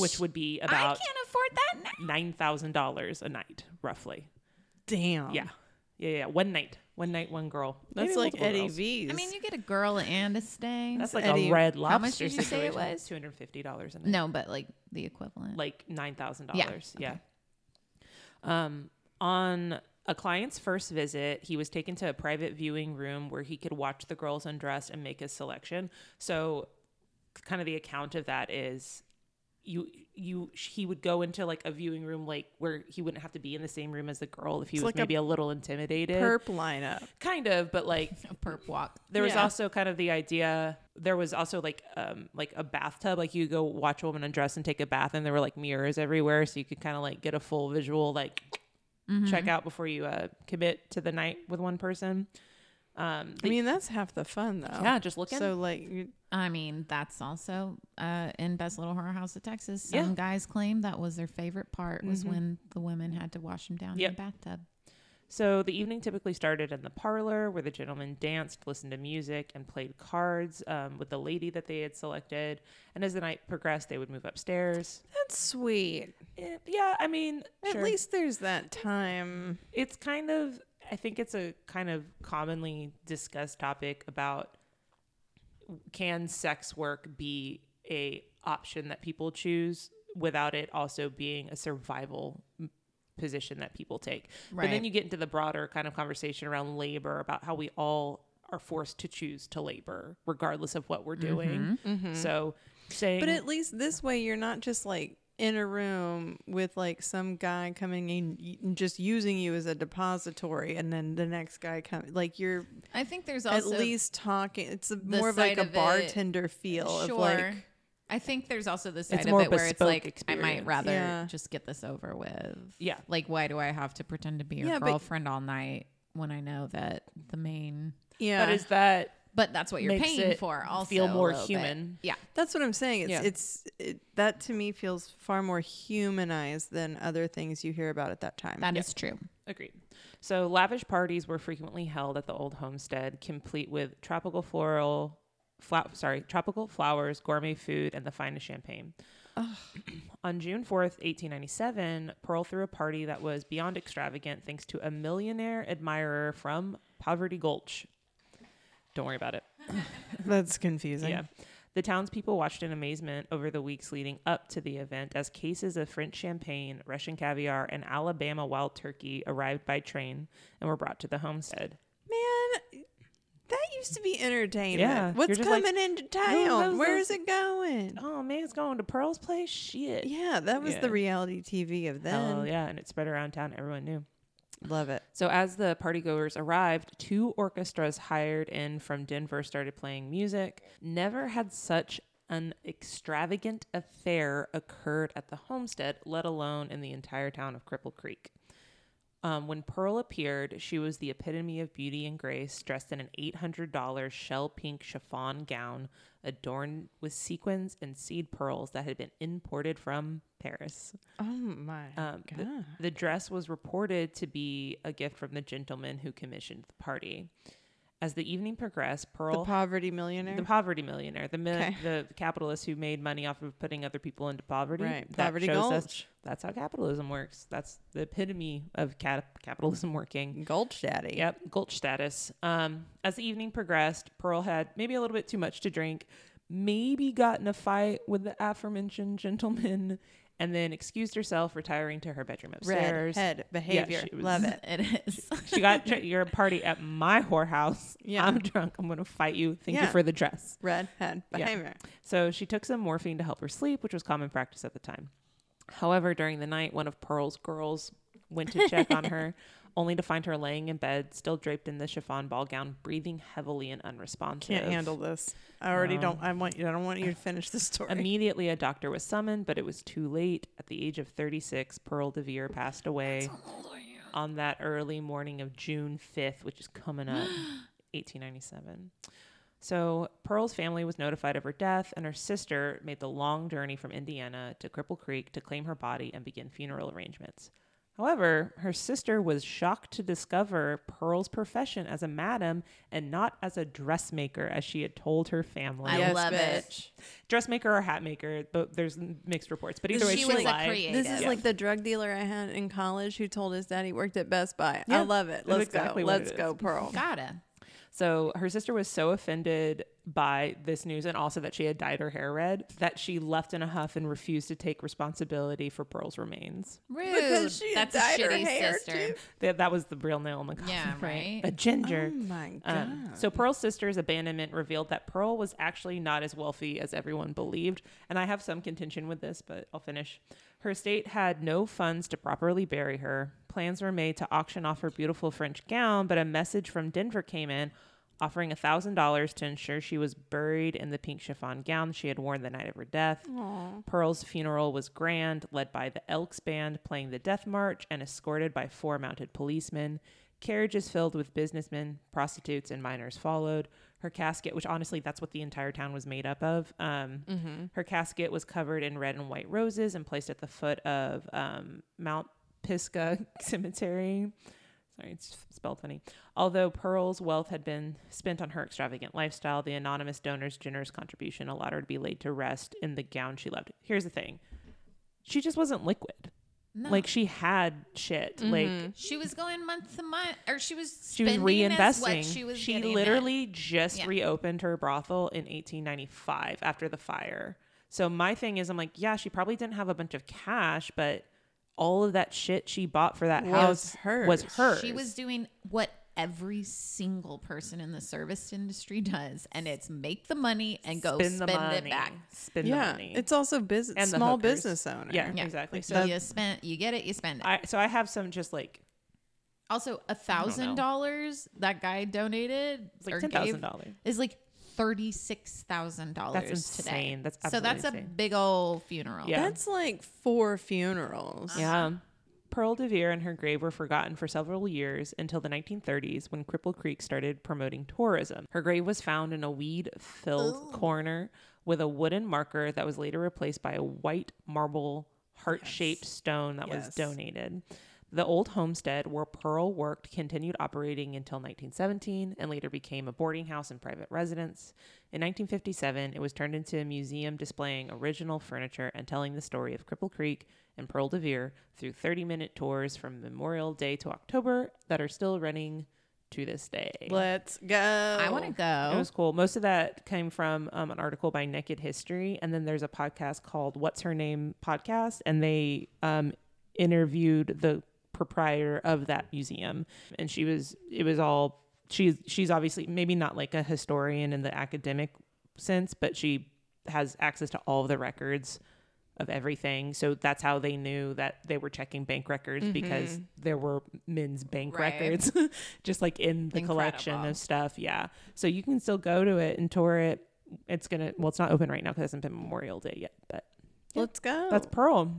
B: which would be
C: Mm. I
B: about
C: can't afford that now.
B: nine thousand dollars a night, roughly.
A: Damn.
B: Yeah, yeah, yeah. One night, one night, one girl.
A: That's
B: Maybe
A: like
B: multiple
A: Eddie
B: girls.
A: V's.
C: I mean you get a girl and a stay.
B: That's like
A: Eddie-
B: a red
C: How
B: lobster.
C: much did you say it was?
B: Two hundred fifty dollars a night.
C: no, but like the equivalent.
B: like nine thousand
C: Yeah,
B: dollars. Yeah. Um, on a client's first visit, he was taken to a private viewing room where he could watch the girls undress and make a selection. So, kind of the account of that is you you he would go into like a viewing room like where he wouldn't have to be in the same room as the girl if he
A: It's
B: was
A: like a
B: maybe a, little intimidated
A: perp lineup.
B: kind of but like
C: a perp walk.
B: there was
A: Yeah.
B: also kind of the idea there was also like um like a bathtub like you go watch a woman undress and take a bath and there were like mirrors everywhere so you could kind of like get a full visual like
A: Mm-hmm.
B: check out before you uh commit to the night with one person Oh, um
A: I
B: the-
A: mean, that's half the fun though.
B: yeah just looking
A: So like you-
C: I mean, that's also uh, in Best Little Horror House of Texas. Some
B: Yeah.
C: guys claim that was their favorite part was when the women had to wash them down
B: Yep.
C: in the bathtub.
B: So the evening typically started in the parlor where the gentlemen danced, listened to music, and played cards um, with the lady that they had selected. And as the night progressed, they would move upstairs.
A: that's sweet.
B: Eh, Yeah, I mean,
A: At
B: sure.
A: least there's that time.
B: it's kind of i think it's a kind of commonly discussed topic about can sex work be a option that people choose without it also being a survival m- position that people take but then
C: Right.
B: you get into the broader kind of conversation around labor about how we all are forced to choose to labor regardless of what we're doing so saying
A: Mm-hmm. But at least this way, you're not just like in a room with like some guy coming in y- and just using you as a depository, and then the next guy come like you're
C: I think there's
A: at
C: also
A: least talking. It's a, more of like
C: side
A: a
C: oh, of it-
A: bartender feel
C: sure.
A: of like
C: I think there's also the side of
B: more
C: it where it's
B: bespoke
C: like I might
B: experience.
C: rather
A: Yeah.
C: just get this over with.
B: Yeah.
C: Like why do I have to pretend to be your
A: Yeah, but-
C: girlfriend all night when I know that the main
A: Yeah.
B: But is that
C: but that's what you're
B: Makes
C: paying
B: it
C: for also
B: feel more
C: a little bit.
B: human.
C: Yeah.
A: That's what I'm saying. It's
B: Yeah.
A: it's it, that to me feels far more humanized than other things you hear about at that time.
C: that is true.
B: Agreed. So lavish parties were frequently held at the old homestead, complete with tropical floral, fla- sorry, tropical flowers, gourmet food, and the finest champagne. On June 4th, 1897, Pearl threw a party that was beyond extravagant thanks to a millionaire admirer from Poverty Gulch. Don't worry about it.
A: [laughs] That's confusing.
B: Yeah. The townspeople watched in amazement over the weeks leading up to the event as cases of French champagne, Russian caviar, and Alabama wild turkey arrived by train and were brought to the homestead.
A: Man, that used to be entertainment.
B: Yeah, you're
A: What's
B: just like, "Oh,
A: coming into
B: knows
A: town? Where's
B: those-
A: it going?
B: Oh man, it's going to Pearl's place. Shit.
A: Yeah, that was
B: Yeah.
A: the reality TV of then.
B: Hell yeah, and it spread around town. Everyone knew.
A: Love it.
B: So as the partygoers arrived, two orchestras hired in from Denver started playing music. Never had such an extravagant affair occurred at the homestead, let alone in the entire town of Cripple Creek. Um, when Pearl appeared, she was the epitome of beauty and grace, dressed in an $800 shell pink chiffon gown adorned with sequins and seed pearls that had been imported from Paris.
A: Oh my
B: Um,
A: god.
B: the, the dress was reported to be a gift from the gentleman who commissioned the party. As the evening progressed,
A: the
B: Pearl,
A: poverty millionaire.
B: the poverty millionaire, the mi-
A: Okay.
B: the capitalist who made money off of putting other people into poverty,
A: Right,
B: that
A: Poverty
B: shows us
A: Gulch.
B: that's how capitalism works. That's the epitome of cap- capitalism working.
A: Gulch daddy.
B: Yep, gulch status. Um, as the evening progressed, Pearl had maybe a little bit too much to drink, maybe got in a fight with the aforementioned gentleman, [laughs] and then excused herself, retiring to her bedroom
A: Red
B: upstairs.
A: head behavior.
B: she was-
A: Love
B: [laughs]
A: it.
C: [laughs] It is.
B: She
A: [laughs]
B: got tra- your party at my whorehouse.
A: Yeah.
B: I'm drunk. I'm gonna fight you. Thank you
A: Yeah.
B: for the dress.
A: Red head
B: Yeah.
A: behavior.
B: So she took some morphine to help her sleep, which was common practice at the time. However, during the night, one of Pearl's girls went to check
A: [laughs]
B: on her, only to find her laying in bed, still draped in the chiffon ball gown, breathing heavily and unresponsive.
A: Can't handle this. I already
B: No.
A: don't. I want you. I don't want you to finish the story.
B: Immediately, a doctor was summoned, but it was too late. At the age of 36, Pearl DeVere passed away on that early morning of June 5th, which is
A: [gasps]
B: coming up, 1897. So, Pearl's family was notified of her death, and her sister made the long journey from Indiana to Cripple Creek to claim her body and begin funeral arrangements. However, her sister was shocked to discover Pearl's profession as a madam and not as a dressmaker, as she had told her family
C: I
A: Yes,
C: love
A: bitch.
C: it.
B: dressmaker or hat maker, but there's mixed reports. But either way,
C: She
B: she,
C: was a
B: lied.
C: creative.
A: This is
C: Yeah.
A: like the drug dealer I had in college who told his daddy worked at Best Buy. I
B: Yeah,
A: love it.
B: that's
A: Let's
B: exactly
A: go.
B: what it
A: Let's
B: is.
A: go, Pearl.
C: Gotta.
B: So her sister was so offended by this news and also that she had dyed her hair red that she left in a huff and refused to take responsibility for Pearl's remains.
C: Rude.
A: Because she had
C: That's a
A: dyed her
C: shitty
A: hair,
C: sister.
A: too.
B: That, that was the real nail in the coffin,
C: Yeah, right.
B: A ginger.
A: Oh my god.
B: Um, so Pearl's sister's abandonment revealed that Pearl was actually not as wealthy as everyone believed, and I have some contention with this, but I'll finish. Her estate had no funds to properly bury her. Plans were made to auction off her beautiful French gown, but a message from Denver came in offering $1,000 to ensure she was buried in the pink chiffon gown she had worn the night of her death. Pearl's funeral was grand, led by the Elks Band playing the Death March and escorted by four mounted policemen. Carriages filled with businessmen, prostitutes, and minors followed. Her casket, which honestly, that's what the entire town was made up of. Um, Her casket was covered in red and white roses and placed at the foot of um, Mount Pisgah [laughs] Cemetery. Sorry, it's spelled funny. Although Pearl's wealth had been spent on her extravagant lifestyle, the anonymous donor's generous contribution allowed her to be laid to rest in the gown she loved. Here's the thing she just wasn't liquid.
C: No. Mm-hmm.
B: Like, she had shit. Like,
C: She was going month to month, or she was
B: she was
C: spending as what
B: reinvesting.
C: she was
B: she
C: getting at.
B: literally just
C: Yeah.
B: reopened her brothel in 1895 after the fire. So my thing is, I'm like, yeah, she probably didn't have a bunch of cash, but all of that shit she bought for that
A: Was
B: house was
A: hers.
B: hers.
C: She was doing what every single person in the service industry does, and it's make the money and go spend, it back.
B: Spend the
A: yeah,
B: money.
A: it's also business.
B: And the
A: small
B: hookers.
A: business owner.
B: Yeah.
C: Yeah.
B: Exactly.
C: Like,
B: So-
C: you spent, you get it, you spend it.
B: I, so I have some just like
C: also, a thousand dollars that guy donated
B: like
C: or
B: ten
C: gave
B: thousand dollars.
C: is like thirty-six thousand dollars today.
B: insane. That's
C: so that's
B: absolutely
C: a
B: insane.
C: big old funeral.
B: Yeah.
A: That's like four funerals.
B: Yeah. Pearl DeVere and her grave were forgotten for several years until the 1930s when Cripple Creek started promoting tourism. Her grave was found in a weed filled
A: Oh.
B: corner with a wooden marker that was later replaced by a white marble heart shaped stone that was
A: Yes.
B: donated. The old homestead where Pearl worked continued operating until 1917 and later became a boarding house and private residence. In 1957, it was turned into a museum displaying original furniture and telling the story of Cripple Creek and Pearl DeVere through 30 minute tours from Memorial Day to October that are still running to this day.
A: Let's go. I
C: I want to
B: It
C: go.
B: was cool. Most of that came from um, an article by Naked History, and then there's a podcast called "What's Her Name" podcast, and they um, interviewed the proprietor of that museum, and she was. It was all she's. She's obviously maybe not like a historian in the academic sense, but she has access to all the records of everything. So that's how they knew that they were checking bank records because there were men's bank
C: Mm-hmm. Right.
B: records [laughs] just like in the collection
C: Incredible.
B: of stuff. Yeah. So you can still go to it and tour it. It's going to, well, it's not open right now because it hasn't been Memorial Day yet, but
A: Let's go.
B: that's Pearl.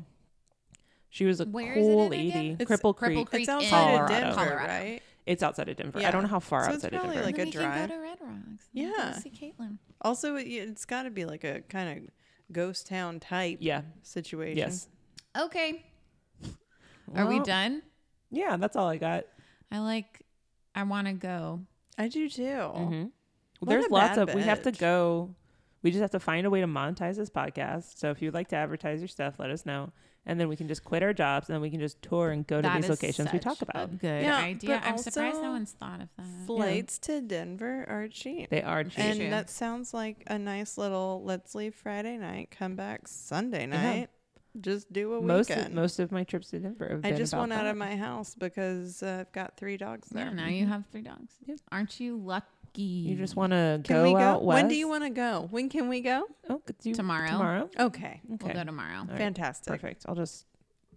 B: She was a
C: Oh. Where is it
B: cool
C: in again?
B: lady.
A: It's
B: Cripple Creek.
C: Cripple Creek
A: it's
C: in
A: outside
B: Colorado.
A: of Denver,
C: Colorado.
A: right?
B: It's outside of Denver. I
A: Yeah.
B: don't know how far
A: So it's
B: outside
A: probably
B: of Denver.
A: like
C: Then
A: a
C: we
A: drive.
C: can go to Red Rocks.
A: Yeah.
C: Go see Caitlin.
A: Also, it, it's got to be like a kind of ghost town type
B: yeah.
A: situation.
B: Yes.
C: Okay. Are we
B: Well,
C: done?
B: Yeah. That's all I got.
C: I like. I want to go.
A: I do too.
B: Mm-hmm.
A: What
B: There's
A: a
B: lots of.
A: bad
B: We have to
A: bitch.
B: go. We just have to find a way to monetize this podcast. So if you'd like to advertise your stuff, let us know, and then we can just quit our jobs and then we can just tour and go to
C: That
B: these
C: is
B: locations we
C: such
B: talk
C: a
B: about.
C: good
A: Yeah,
C: idea.
A: but
C: I'm surprised
A: also
C: no one's thought of that.
A: Flights to Denver are cheap.
B: They are cheap.
A: and
C: cheap.
A: that sounds like a nice little let's leave Friday night, come back Sunday night. Just do a
B: most
A: weekend.
B: of, most of my trips to Denver. Have
A: I
B: been
A: just
B: about
A: went out
B: that.
A: of my house because uh, I've got three dogs there.
C: Yeah, now you have three dogs.
B: Yep.
C: Aren't you lucky?
B: You just want to
A: Can
B: go,
A: we go?
B: out west.
A: When do you want to go? When can we go?
B: Oh, could you,
C: Tomorrow.
B: Tomorrow.
A: Okay.
B: Okay.
C: We'll go tomorrow.
B: All right.
A: Fantastic.
B: Perfect. I'll just.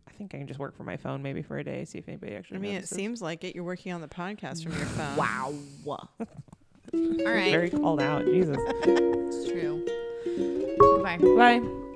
B: I think I can just work for my phone maybe for a day. See if anybody actually.
A: I mean, it
B: notices.
A: seems like it. You're working on the podcast from your phone.
C: Wow. All right.
B: very called out. Jesus.
C: It's true. Goodbye.
B: Bye.